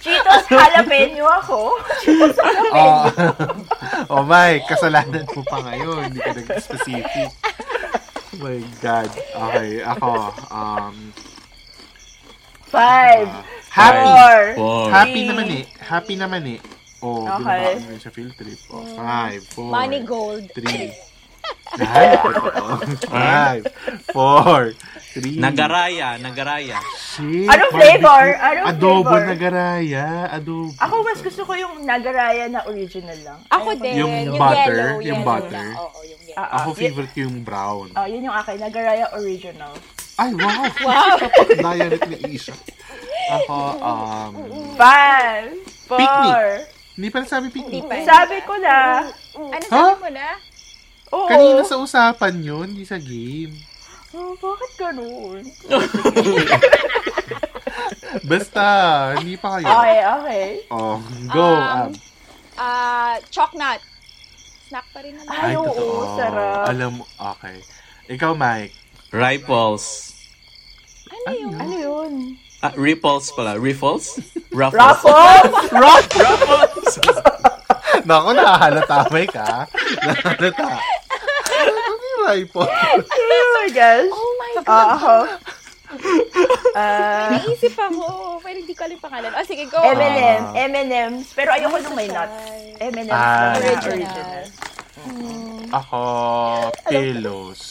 C: Cheetos jalapeno ako. Cheetos jalapeno.
A: Oh, oh my, kasalanan mo pa ngayon. Hindi ka nag-specific. Oh my God. Okay, ako. Um,
C: Five.
A: happy.
C: Four.
B: Four.
A: Happy naman eh. Happy naman eh. Oh, okay.
C: Okay.
A: binabaan mo sa field trip. Oh, five, four,
D: Money gold.
A: three. Ay, oh, five, four, three.
B: Nagaraya, nagaraya.
A: Shit,
C: Anong flavor?
A: barbecue.
C: Anong
A: Adobo
C: flavor?
A: na garaya. Adobo.
C: Ako mas gusto ko yung nagaraya na original lang.
D: Ako din.
A: Yung
D: Yung,
A: butter,
D: yellow.
A: yung
D: yellow
A: butter.
D: lang. Oo, yung yellow.
C: Ah, ah,
A: Ako
C: yun-
A: favorite ko yung brown.
C: ah, yun yung akin, nagaraya original.
A: Ay, wow. Wow. Diet na isa. Ako, um,
C: Five. Four.
A: Picnic. hindi pa nasabi picnic.
D: Hindi pa.
C: Sabi ko na.
D: Ano
A: Ha?
D: sabi mo na?
C: Oo.
A: Kanina sa usapan yun, hindi sa game.
C: Oh, bakit ganun?
A: Basta, hindi pa kayo.
C: Okay, okay.
A: Oh, go. Um,
D: Ah, chocolate. Snack pa rin naman.
C: Ay, oo,
A: Ah,
C: sarap.
A: Alam mo, okay. Ikaw, Mike.
B: Rifles.
D: Ano yun?
C: Ano yun?
B: Ah, ripples pala. Riffles? Ruffles.
C: Raffles!
B: Ruffles!
A: Naku, nakahalata, Mike, ah. ha? Nakahalata. Ano yung rifle?
C: oh my gosh.
D: Oh my
C: Ah,
D: God.
C: ako.
D: Naisip ako. Pero hindi ko alam yung pangalan. Oh, sige, go.
C: M&M, M&M's. Pero ayoko nung may nuts. M&M's
A: Ah.
C: lang na original.
D: Original.
A: Ako, pillows.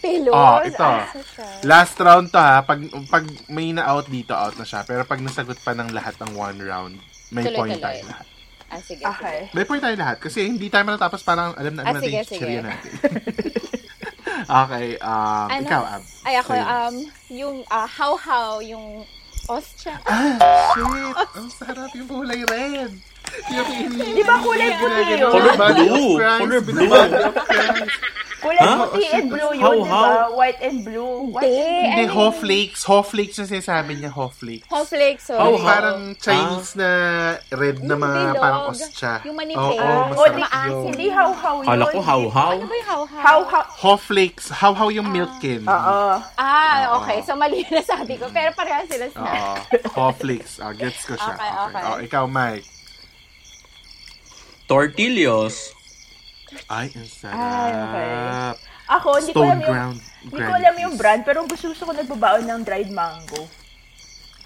D: Pillows.
A: Ah, ito.
C: ano
D: Ah, so sad.
A: Last round to ha. Pag, pag may na-out dito, out na siya. Pero pag nasagot pa ng lahat ng one round, may point
D: Tuloy-tuloy.
A: tayo lahat.
D: Ah, sige.
C: Okay.
A: May point tayo lahat. Kasi hindi tayo matatapos. Parang alam na
D: Ah,
A: alam natin
D: sige,
A: yung chichirya
D: sige.
A: natin. okay. Um,
D: Ano?
A: Ikaw, Ab.
D: Ay, ako,
A: Sa'yo.
D: um, yung ah, how-how, yung ostya.
A: Ah, shit! Ang sarap yung kulay red! Yung
C: Di ba kulay puti yun?
B: Color
A: Body of
B: blue.
A: Christ,
B: Color
A: with the
B: blue.
A: body of Christ.
C: Kulay
B: Huh?
C: puti and blue yun,
B: How,
C: di ba?
B: how?
C: White and blue. White
D: Hindi,
C: and
A: Hindi,
D: ano
A: ho
D: yun?
A: flakes. Ho flakes yung sinasabi niya, ho flakes.
D: Whole flakes, sorry.
B: How,
A: Yung
B: how?
A: parang Chinese na red na
D: Yung
A: mga
D: bilog.
A: parang ostya.
D: Yung manipis.
A: Oo,
D: Ah,
A: masarap
C: o, di-
A: yun.
C: blue. Hindi how-how yun.
B: Kala ko how-how.
D: Ano ba yung how-how?
C: How-how.
A: Ho flakes. How-how yung milk candy.
B: Ah,
C: Oo.
D: Ah, okay. So, mali na sabi ko. Pero pareha sila snack.
A: Oo. Ho Ah, flakes. Ah, gets ko siya.
D: Okay, okay.
A: Oh, ikaw, Mike.
B: Tortillos.
A: Ay, ang sarap.
C: Ay, okay. Ako, hindi ko
A: Stone
C: alam yung...
A: ground.
C: Hindi ko alam yung brand, pero gusto gusto ko nagbabaon ng dried mango.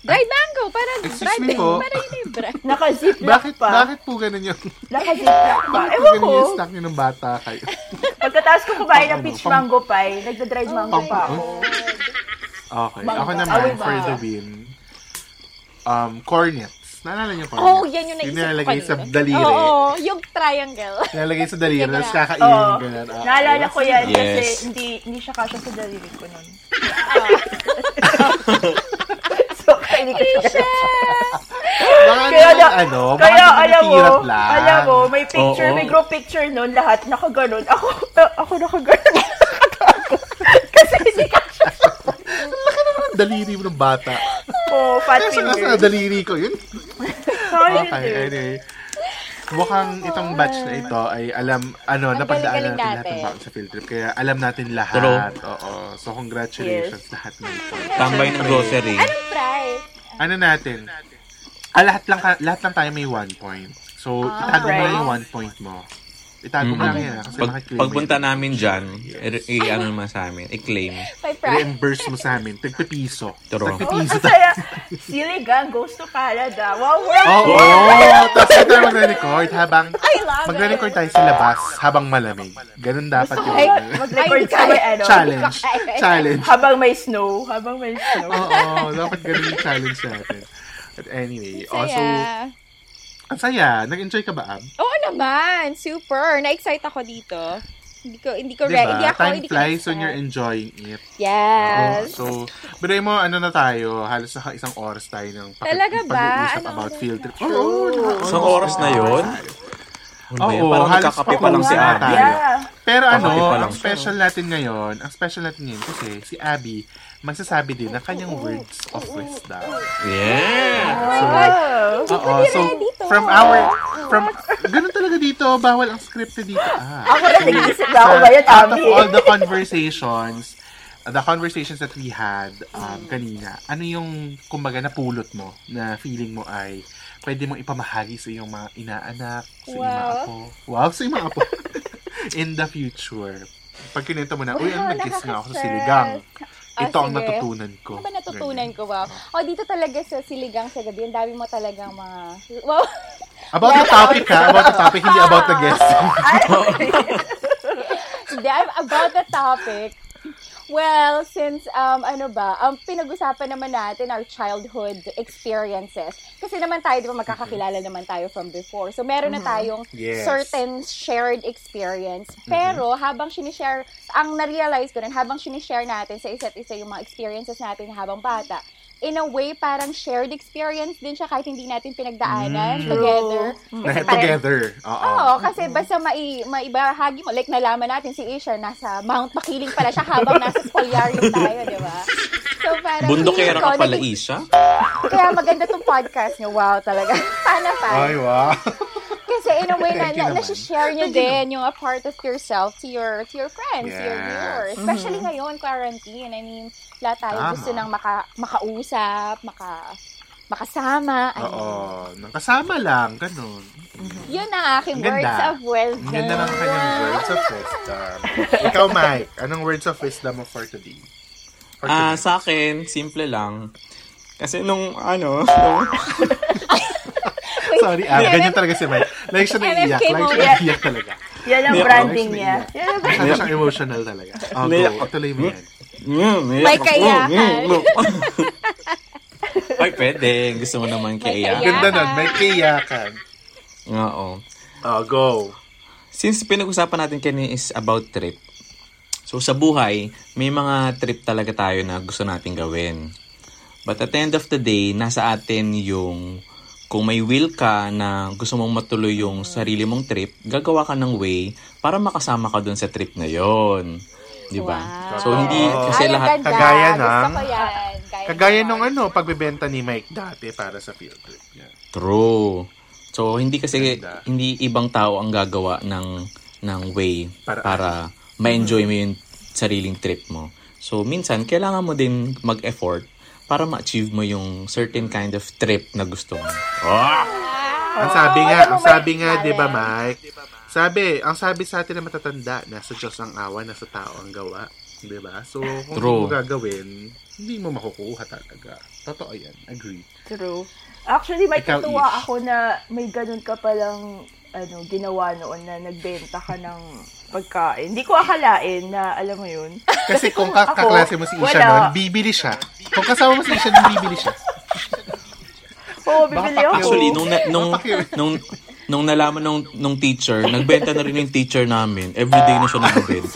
D: Dried mango. Parang
A: Excuse
D: dried
A: me po.
D: Parang yun yung dried.
C: Naka-ziplock
A: Bakit,
C: pa.
A: bakit po ganun yung...
C: Naka-ziplock pa.
A: Bakit po
C: Ewan
A: ganun
C: ko.
A: yung snack niyo ng bata kayo?
C: Pagkatapos ko kumain ng
A: Pang- ano,
C: peach
A: pang- ano?
C: mango pie, nagda-dried mango pa ako.
A: Okay.
C: Bangka.
A: Ako naman,
C: Away
A: for
C: ba?
A: the win, um, cornets. Naalala niyo cornets?
D: Oh, yan yung naisip ko
A: nilalagay sa
D: kanina.
A: daliri.
D: Oo, oo, yung triangle.
A: Nilalagay sa daliri,
D: Sige
A: tapos
D: na.
A: kakainin
C: Oo.
A: oh. ganun. Ah,
C: Naalala ko yan
B: Yes.
C: kasi hindi hindi siya kasha sa daliri ko nun. so, kaya hindi ko siya
A: Baka
C: Kaya
A: naman,
C: na-
A: ano, baka
C: Kaya
A: naman
C: alam mo,
A: nakirap lang.
C: alam mo, may picture,
B: Oo.
C: may group picture nun, lahat nakaganon. Ako, a- ako nakaganon. Kasi hindi ka
A: Laki naman ang daliri mo ng bata.
C: po, fat
A: Kasi nasa
C: finger.
A: daliri ko yun.
C: Sorry,
A: Okay,
C: dude.
A: anyway. Mukhang itong batch na ito ay alam, ano, napagdaanan natin
D: galing-galing
A: lahat ng
D: natin.
A: baon sa field trip. Kaya alam natin lahat.
B: True.
A: Oo. So, congratulations lahat nito.
B: Tambay ng grocery.
D: Anong try?
A: ano natin? Ah, lahat lang, ka- lahat lang tayo may one point. So,
D: Ah,
A: itago mo lang
C: right.
A: yung one point mo. Itago mo lang yan. ah, Kasi
B: Mm-hmm. Pag,
A: makiklaim mo
B: pagpunta
A: yun.
B: namin dyan, i- i- ano naman sa amin, i-claim.
D: May fry.
A: Reimburse mo sa amin. Tagpapiso.
B: Turo.
C: Oh,
A: Tagpapiso
C: ang
A: tayo.
C: saya. Siligang goes to Canada. Wow, wow.
A: Oo! Tapos na tayo magre-record habang... Magre-record tayo sa labas habang malamig. Ganun dapat yun.
D: Ay,
C: Record
D: mag-record
C: sa may ano.
A: challenge. Challenge.
C: Habang may snow. Habang may snow.
A: Oo, dapat ganun yung challenge natin. But anyway, also, oh, Ang saya. Nag-enjoy ka ba, Ab?
D: Oo naman, super. Na-excite ako dito. Hindi ko hindi ko re-
A: Diba?
D: hindi ako
A: Time
D: hindi ko
A: flies
D: na-excite.
A: when you're enjoying it.
D: Yes.
A: So, pero mo, ano na tayo? Halos naka isang oras tayo ng paki-
D: Talaga ba?
A: pag-uusap
D: Ano
A: about
D: ba?
A: field trip. Oo, naka-
B: Isang oras na yon. Ano ba
A: Oh.
B: yan?
A: Oo,
B: Parang
A: halos
B: nagkakape pa lang si
A: pakuha
B: Abby.
A: tayo.
C: Yeah.
A: Pero ano,
B: Pakape pa lang.
A: ang special natin ngayon, ang special natin ngayon kasi si Abby magsasabi din ng kanyang words of wisdom.
B: Yeah!
A: So, oo, so from our, from, ganun talaga dito, bawal ang scripted dito. Ah.
C: Ako rin, nag-iisip na ako
A: Sa-
C: ngayon,
A: out of
C: Ami.
A: all the conversations, the conversations that we had um, kanina, ano yung, kumbaga, napulot mo na feeling mo ay pwede mong ipamahagi sa iyong mga inaanak, sa iyong mga
D: Wow.
A: apo. Wow, sa iyong mga apo. In the future. Pag kinita mo na, uy, ano nag-gets nga ako sa siligang.
D: Ah,
A: Ito ang
D: sige.
A: natutunan ko.
D: Ano ba natutunan ko? Wow. Oh, dito talaga sa Siligang sa gabi, ang dami mo talagang mga... Wow.
A: Ganyan. About the topic, ha? About the topic, hindi about the guest.
D: Hindi, I'm about the topic. Well, since um ano ba, ang pinag-usapan naman natin our childhood experiences. Kasi naman tayo, 'di ba, magkakakilala naman tayo from before. So meron na tayong
A: Yes.
D: certain shared experience. Pero habang sinishare, ang na-realize ko rin, habang sinishare natin sa isa't isa yung mga experiences natin habang bata, in a way, parang shared experience din siya kahit hindi natin pinagdaanan together. Kasi parang-
A: Together. Oo.
D: Oo, kasi basta mai, maibahagi mo, like nalaman natin si Isher nasa Mount Makiling pala siya habang nasa Spoliarium tayo, di ba? So parang
B: Bundokera
D: feeling ko,
B: ka pala, eh.
D: naging-
B: Isha.
D: Kaya maganda tong podcast niyo. Wow, talaga. Sana pa.
A: Ay, wow.
D: Kasi in a way, na,
A: Thank you
D: na,
A: naman.
D: share niyo din yung a part of yourself to your to your friends, to
A: Yes.
D: your
A: Mm-hmm.
D: viewers. Especially ngayon, quarantine. I mean, lahat tayo
A: Tama.
D: gusto nang maka, makausap, maka, makasama. I
A: Oo.
D: mean,
A: Kasama lang, ganun.
D: Yun ang aking
A: Ang ganda.
D: words of wisdom.
A: Ang ganda ng kanyang words of wisdom. Ikaw, Mike, anong words of wisdom mo for today? For
B: Ah,
A: today?
B: sa akin, simple lang. Kasi nung ano, nung,
A: Sorry, ah, ganyan talaga si Mike. Like siya
D: MFK
A: naiiyak. Like siya
D: moment.
A: naiiyak talaga.
C: Yan ang
B: Yeah,
C: branding
A: Mike,
C: niya.
A: naiiyak.
C: Yan ang
A: Ano siya emotional talaga. Oh,
B: Naiiyak
A: go.
B: ako.
A: Ituloy mo yan.
B: Mm, may-
D: May kayahan.
B: Mm, mm, mm. Ay, pwede. Gusto mo naman kaya.
D: kayahan.
A: Ganda nun. May kiyakan.
B: Oo.
A: Oh, go.
B: Since pinag-usapan natin kanina is about trip. So sa buhay, may mga trip talaga tayo na gusto nating gawin. But at the end of the day, nasa atin yung kung may will ka na gusto mong matuloy yung sarili mong trip, gagawa ka ng way para makasama ka dun sa trip na yon. Di ba? So hindi kasi
D: Ay, ang
B: lahat
D: ganda.
A: Kagaya
D: Gusto
A: ng-
D: ko yan. Gaya
A: Kagaya
D: ng-
A: nung ano, pagbebenta ni Mike dati para sa field trip niya.
B: True. So hindi kasi
A: Ganda.
B: hindi ibang tao ang gagawa ng ng way
A: Para-
B: para, ma-enjoy mo yung sariling trip mo. So minsan kailangan mo din mag-effort para ma-achieve mo yung certain kind of trip na gusto mo.
A: Ang sabi nga,
D: alam mo
A: ang
D: ba
A: sabi
D: yung
A: nga,
D: talent?
A: di ba Mike? Sabi, ang sabi sa atin na matatanda, nasa Diyos ang awa, nasa tao ang gawa. Di ba? So, kung
B: True.
A: hindi mo gagawin, hindi mo makukuha talaga. Totoo yan. Agree.
C: True. Actually, may
A: Ikaw,
C: katuwa
A: Ish.
C: ako na may ganun ka palang ano, ginawa noon na nagbenta ka ng pagkain. Hindi ko akalain na, alam mo yun.
A: Kasi kung
C: ako,
A: kaklase mo si Isha
C: wala.
A: noon, bibili siya. Kung kasama mo si Isha noon, bibili siya.
C: Oo, bibili ako.
B: Actually, nung na- nung
A: Bakit?
B: nung nung nalaman nung nung teacher, nagbenta na rin yung teacher namin. Everyday na siya nagbenta.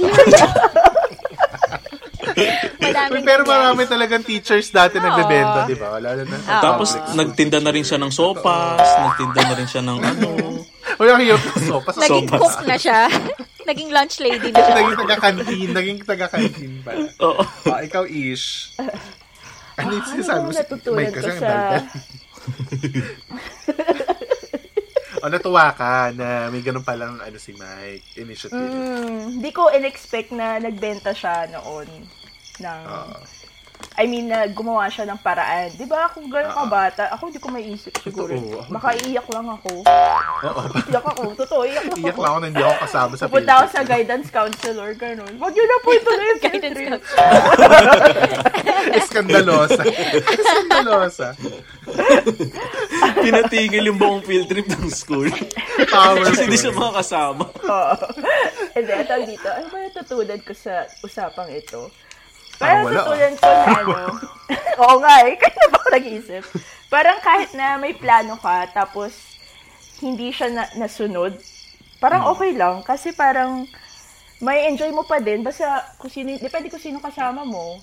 D: Madaming
A: Pero marami talagang teachers dati nagbebenta, di ba? Wala na na.
B: Tapos nagtinda na rin siya ng sopas, nagtinda na rin siya ng ano.
A: Uy, ang hirap ng sopas.
D: Naging
A: Sopas.
D: cook na siya. Naging lunch lady na siya.
A: Naging taga-canteen. Naging taga-canteen pala.
B: Oo.
A: Ah, ikaw, Ish. Ano yung sinasabi mo?
C: Ano
A: sa-
C: natutunan
A: Mike, kasi
C: ko
A: ang
C: sa...
A: daldal. O, natuwa ka na may ganun palang ano si Mike, initiative.
C: Hmm, Hindi ko in-expect na nagbenta siya noon. Ng,
A: Ah.
C: I mean, na gumawa siya ng paraan. Di ba, kung gano'n ka bata, ako hindi ko maiisip siguro.
A: Ah. Totoo, ako
C: Baka iiyak lang ako.
A: Oo.
C: Iyak ako. Totoo, iyak ako.
A: Iyak lang ako na hindi ako kasama sa
C: Pupunta ako
A: field
C: sa
A: trip.
C: guidance counselor, gano'n. Huwag yun na po ito na yung field
D: Guidance
C: trip.
A: Eskandalosa. Eskandalosa.
B: Pinatigil yung buong field trip ng school.
A: Power
B: Kasi hindi
A: to
B: siya
A: her.
B: makakasama.
C: And then, tawag dito, ano ba natutunan ko sa usapang ito?
A: Parang
C: Parang
A: wala,
C: natutunan ko na ano. Oo nga eh, kaya na ba ako nag-iisip? Parang kahit na may plano ka, tapos hindi siya na, nasunod, parang okay lang. Kasi parang may enjoy mo pa din. Basta kung sino, depende kung sino kasama mo.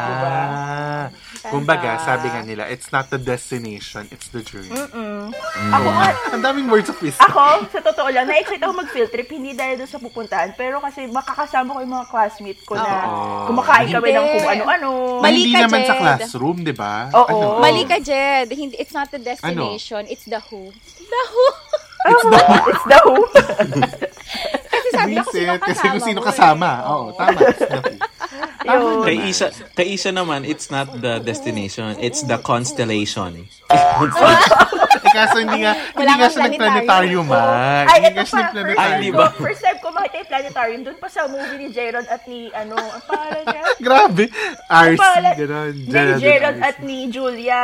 A: Ah. Kumbaga, sabi nga nila, it's not the destination, it's the journey.
C: Ako, ah,
A: Ang daming words of wisdom.
C: ako, sa totoo lang, na-excite ako mag-field trip, hindi dahil doon sa pupuntahan, pero kasi makakasama ko yung mga classmate ko na kumakain kami ng kung ano-ano.
D: Mali
A: Hindi
D: ka,
A: naman sa
D: Jed.
A: classroom, di ba? Ano?
C: Oo.
D: Mali ka, Jed. Hindi, it's not the destination, it's the who. The who?
C: It's the It's the who.
D: Kasi sabi niya kung sino
A: Reset. Kasi kung sino
D: mo eh.
A: kasama. Oo, tama. It's the who.
C: Yun.
B: Kay Isa, kay Isa naman, it's not the destination, it's the constellation.
A: Eh, kaso hindi nga, hindi
D: Wala
A: nga
D: kang
A: siya nagplanetarium,
D: planetarium.
A: ah.
C: Ay,
A: Hindi nga
C: ito pa,
A: siya
C: first
B: Ay, di
C: time,
A: nagplanetarium.
C: ko,
B: ba?
C: first time ko makita yung planetarium, doon pa sa movie ni Gerald at ni, ano, ang pangalan niya?
A: Grabe. RC,
C: Pangalan
A: gano'n.
C: ni Gerald at ni Julia.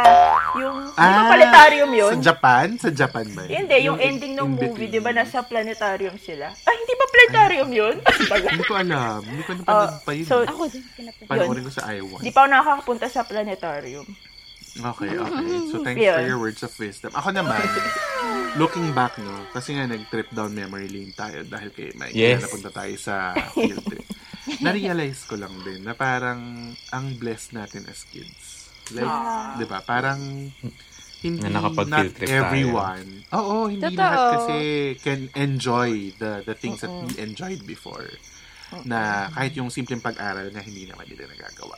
C: Yung, di ba planetarium yun?
A: Ah, Sa Japan? Sa Japan ba yun?
C: Hindi, yung
A: in-
C: ending ng
A: in
C: movie,
A: between.
C: di ba, nasa planetarium sila. Ay, hindi ba planetarium yun?
A: Hindi ko alam. Hindi ko napanood pa yun.
C: Oh, so-
D: eh. Ako din, pinapin.
A: Panoorin ko sa iWatch.
C: Di pa ako nakakapunta sa planetarium.
A: Okay, okay. So, thanks
C: Yun.
A: for your words of wisdom. Ako naman, looking back, no, kasi nga nag-trip down memory lane tayo dahil kay Mike.
B: Yes.
A: Kaya napunta tayo sa field trip. Na-realize ko lang din na parang ang blessed natin as kids. Like, di ba? Parang hindi
B: Na nakapag-field
A: not
B: trip tayo.
A: everyone. Oo, hindi
D: Totoo.
A: lahat kasi can enjoy the the things that we enjoyed before. Na kahit yung simpleng pag-aral na hindi naman nila nagagawa.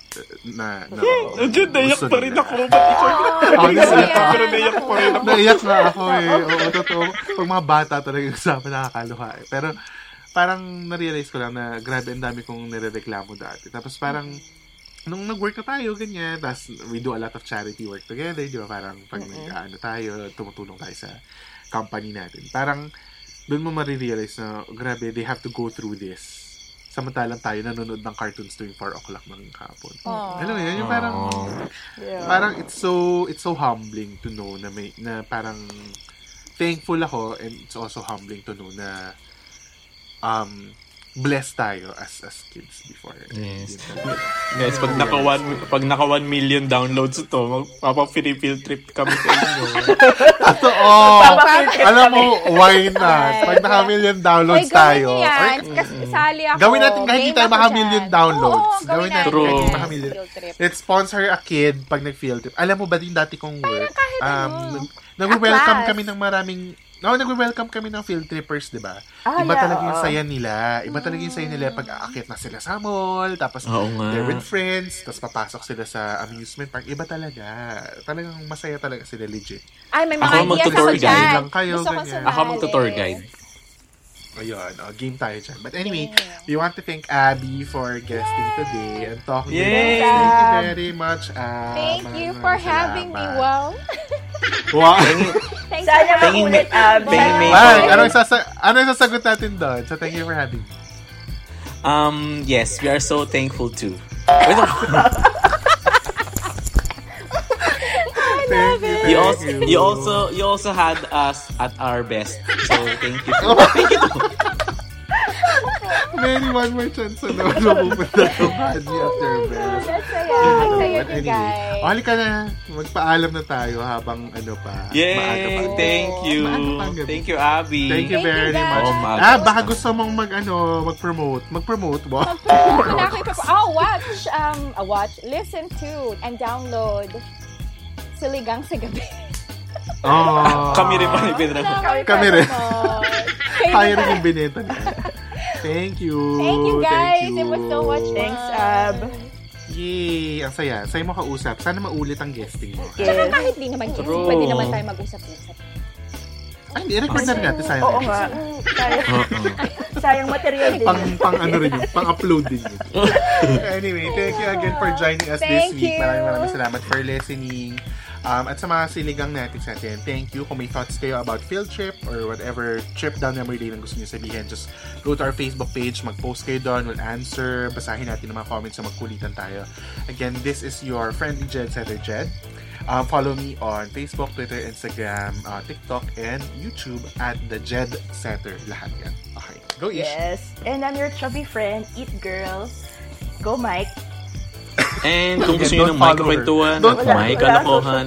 A: Na, na,
B: Diyan, nayak
A: gusto
B: pa rin
A: nila.
B: ako. Ba't
A: Oh,
B: ikaw yung
A: Honestly,
D: Ayan.
B: Pero naiyak pa rin ako.
A: Naiyak na ako eh. Oo, totoo. Pag mga bata talaga yung usapan, nakakaluha eh. Pero parang narealize ko lang na grabe ang dami kong nirereklamo dati. Tapos parang nung nag-work na tayo, ganyan, tapos we do a lot of charity work together, di ba? Parang pag nag-ano tayo, tumutulong tayo sa company natin. Parang doon mo marirealize na grabe, they have to go through this. Samantalang tayo nanonood ng cartoons tuwing 4 o'clock ng hapon. Alam mo yun, yung parang parang it's so it's so humbling to know na may na parang thankful ako and it's also humbling to know na um blessed tayo as as kids before.
B: Yes. Guys, pag naka one, pag naka 1 million downloads ito, magpapa-field trip kami sa inyo.
A: Totoo! Alam mo, why not? Pag naka-million downloads
D: Uy, gawin
A: tayo.
D: niyo yan. Kasi sali ako.
A: Gawin natin kahit hindi
D: Game
A: tayo
D: ako
A: maka-million
D: dyan.
A: downloads.
D: Oo,
A: gawin natin
B: True.
A: kahit
D: yan.
A: maka-million.
D: Field trip.
A: Let's sponsor a kid pag nag-field trip. Alam mo ba din dati kong work?
D: kahit
A: um,
D: ano.
A: nag- Nag-welcome
D: Atlas.
A: kami ng maraming No, nag-welcome kami ng field trippers, 'di ba? Iba
D: Ah,
C: yeah,
A: talaga yung
C: oo.
A: saya nila. Iba talaga yung saya
D: Mm.
A: nila pag aakyat na sila sa mall, tapos
B: Oo nga.
A: they're with friends, tapos papasok sila sa amusement park. Iba talaga. Talagang masaya talaga sila legit.
D: Ay, may
B: Ako
D: mga
B: ang
D: ideas ako
B: magtutour guide.
D: dyan.
A: Lang kayo,
D: Gusto ko
A: ganyan.
D: sumali.
B: Ako mag-tour guide.
A: Ayun, oh, game tayo dyan. But anyway, we want to thank Abby for guesting today and talking to
B: Yay!
A: us. Thank you very much, Abby.
D: Thank you for having me. Wow.
A: Wow!
D: Thanks
C: Sana
D: for having
C: maulit, ah,
D: me.
C: Abby.
D: Thank you.
A: Mike, ano sasa ano yung sasagot natin doon? So, thank you for having me.
B: Um, yes, we are so thankful too. Wait, no.
A: Thank you,
B: you
A: thank
B: also, you also, you also had us at our best. So, thank you. For, thank you. to-
A: Mary, one more chance na naman mapupunta to Haji after best.
D: Ang saya. Ang saya
A: But
D: niyo,
A: anyway,
D: guys.
A: oh, halika na. Magpaalam na tayo habang ano pa. maaga pa.
B: Yay! Thank you.
A: Maaga pang gabi.
B: Thank you, Abby.
A: Thank you very
D: you, guys.
A: much.
B: Oh, maaga
A: ah,
B: pa.
A: baka gusto mong mag, ano, mag-promote. Mag-promote mo?
D: Wala ko ipapo- Oh, watch. Um, uh, watch. Listen to and download Siligang sa Gabi.
A: Oh.
B: Kami rin pa ni Pedro.
A: Kami rin.
D: Kami
A: Hiring yung binenta niya. Thank you.
D: Thank you guys.
A: Thank
D: It was so much fun.
C: Thanks, Ab.
A: Yay! Ang saya. Saya mo kausap. Sana maulit ang guesting mo.
D: Tsaka
C: Yes.
D: kahit di naman guest,
B: True.
D: pwede naman tayo mag-usap-usap.
A: Ay, hindi. Record na rin natin. Sayang.
C: Oo nga. Sayang, sayang material din.
A: Uh-uh. Pang, pang ano rin yun. Pang upload din yun. anyway, thank you again for joining us this
D: Thank
A: week.
D: you.
A: Maraming maraming salamat for listening. Um, at sa mga siligang natics natin, thank you. Kung may thoughts kayo about field trip or whatever trip down memory lane ang gusto niyo sabihin, just go to our Facebook page, mag-post kayo doon, we'll answer, basahin natin ang mga comments na magkulitan tayo. Again, this is your friendly Jed Setter Jed. Um, follow me on Facebook, Twitter, Instagram, uh, TikTok, and YouTube at the Jed Setter. Lahat yan. Okay. Go Ish!
C: Yes. And I'm your chubby friend, Eat Girls. Go, Mike.
B: And kung gusto
A: Yeah,
B: nyo
A: don't
B: ng
A: follow her.
B: Mike kwentuhan,
A: Don't-
B: Mike
C: Wala, wala.
B: Alakohan,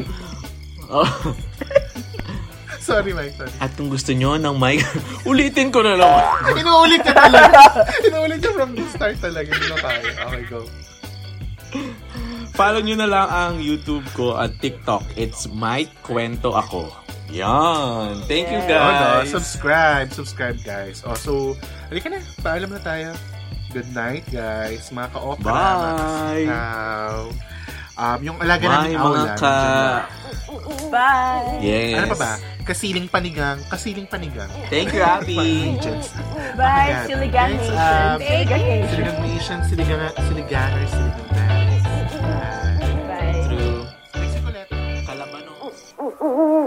A: sorry, Mike. Sorry.
B: At kung gusto nyo ng mic, ulitin ko na naman.
A: Inuulit niya talaga. Inuulit niya from the start talaga. Hindi na tayo. Okay, go.
B: Follow nyo na lang ang YouTube ko at TikTok. It's Mike Kwento Ako. Yan. Thank you,
A: Oh, no.
B: guys.
A: Subscribe. Subscribe, guys. Oh, so, halika na. Paalam na tayo. Good night, guys. Mga ka-opera. mga
B: Bye.
A: kasitaw. Um, yung alaga
B: Bye,
A: namin, Aula.
B: mga ka...
C: Bye!
B: Yes.
A: Ano pa ba? Kasiling panigang. Kasiling panigang.
B: Thank you, Abby.
A: Agents.
C: Bye,
A: Ayan.
C: Siligan
A: Thanks,
C: Nation!
A: Abs.
C: Siligan Nation!
A: Siligang Nation, Siligang, Siliganer, Siligang Paris. Bye.
C: Bye!
B: True.
A: Thanks ulit.
B: Kalamanok.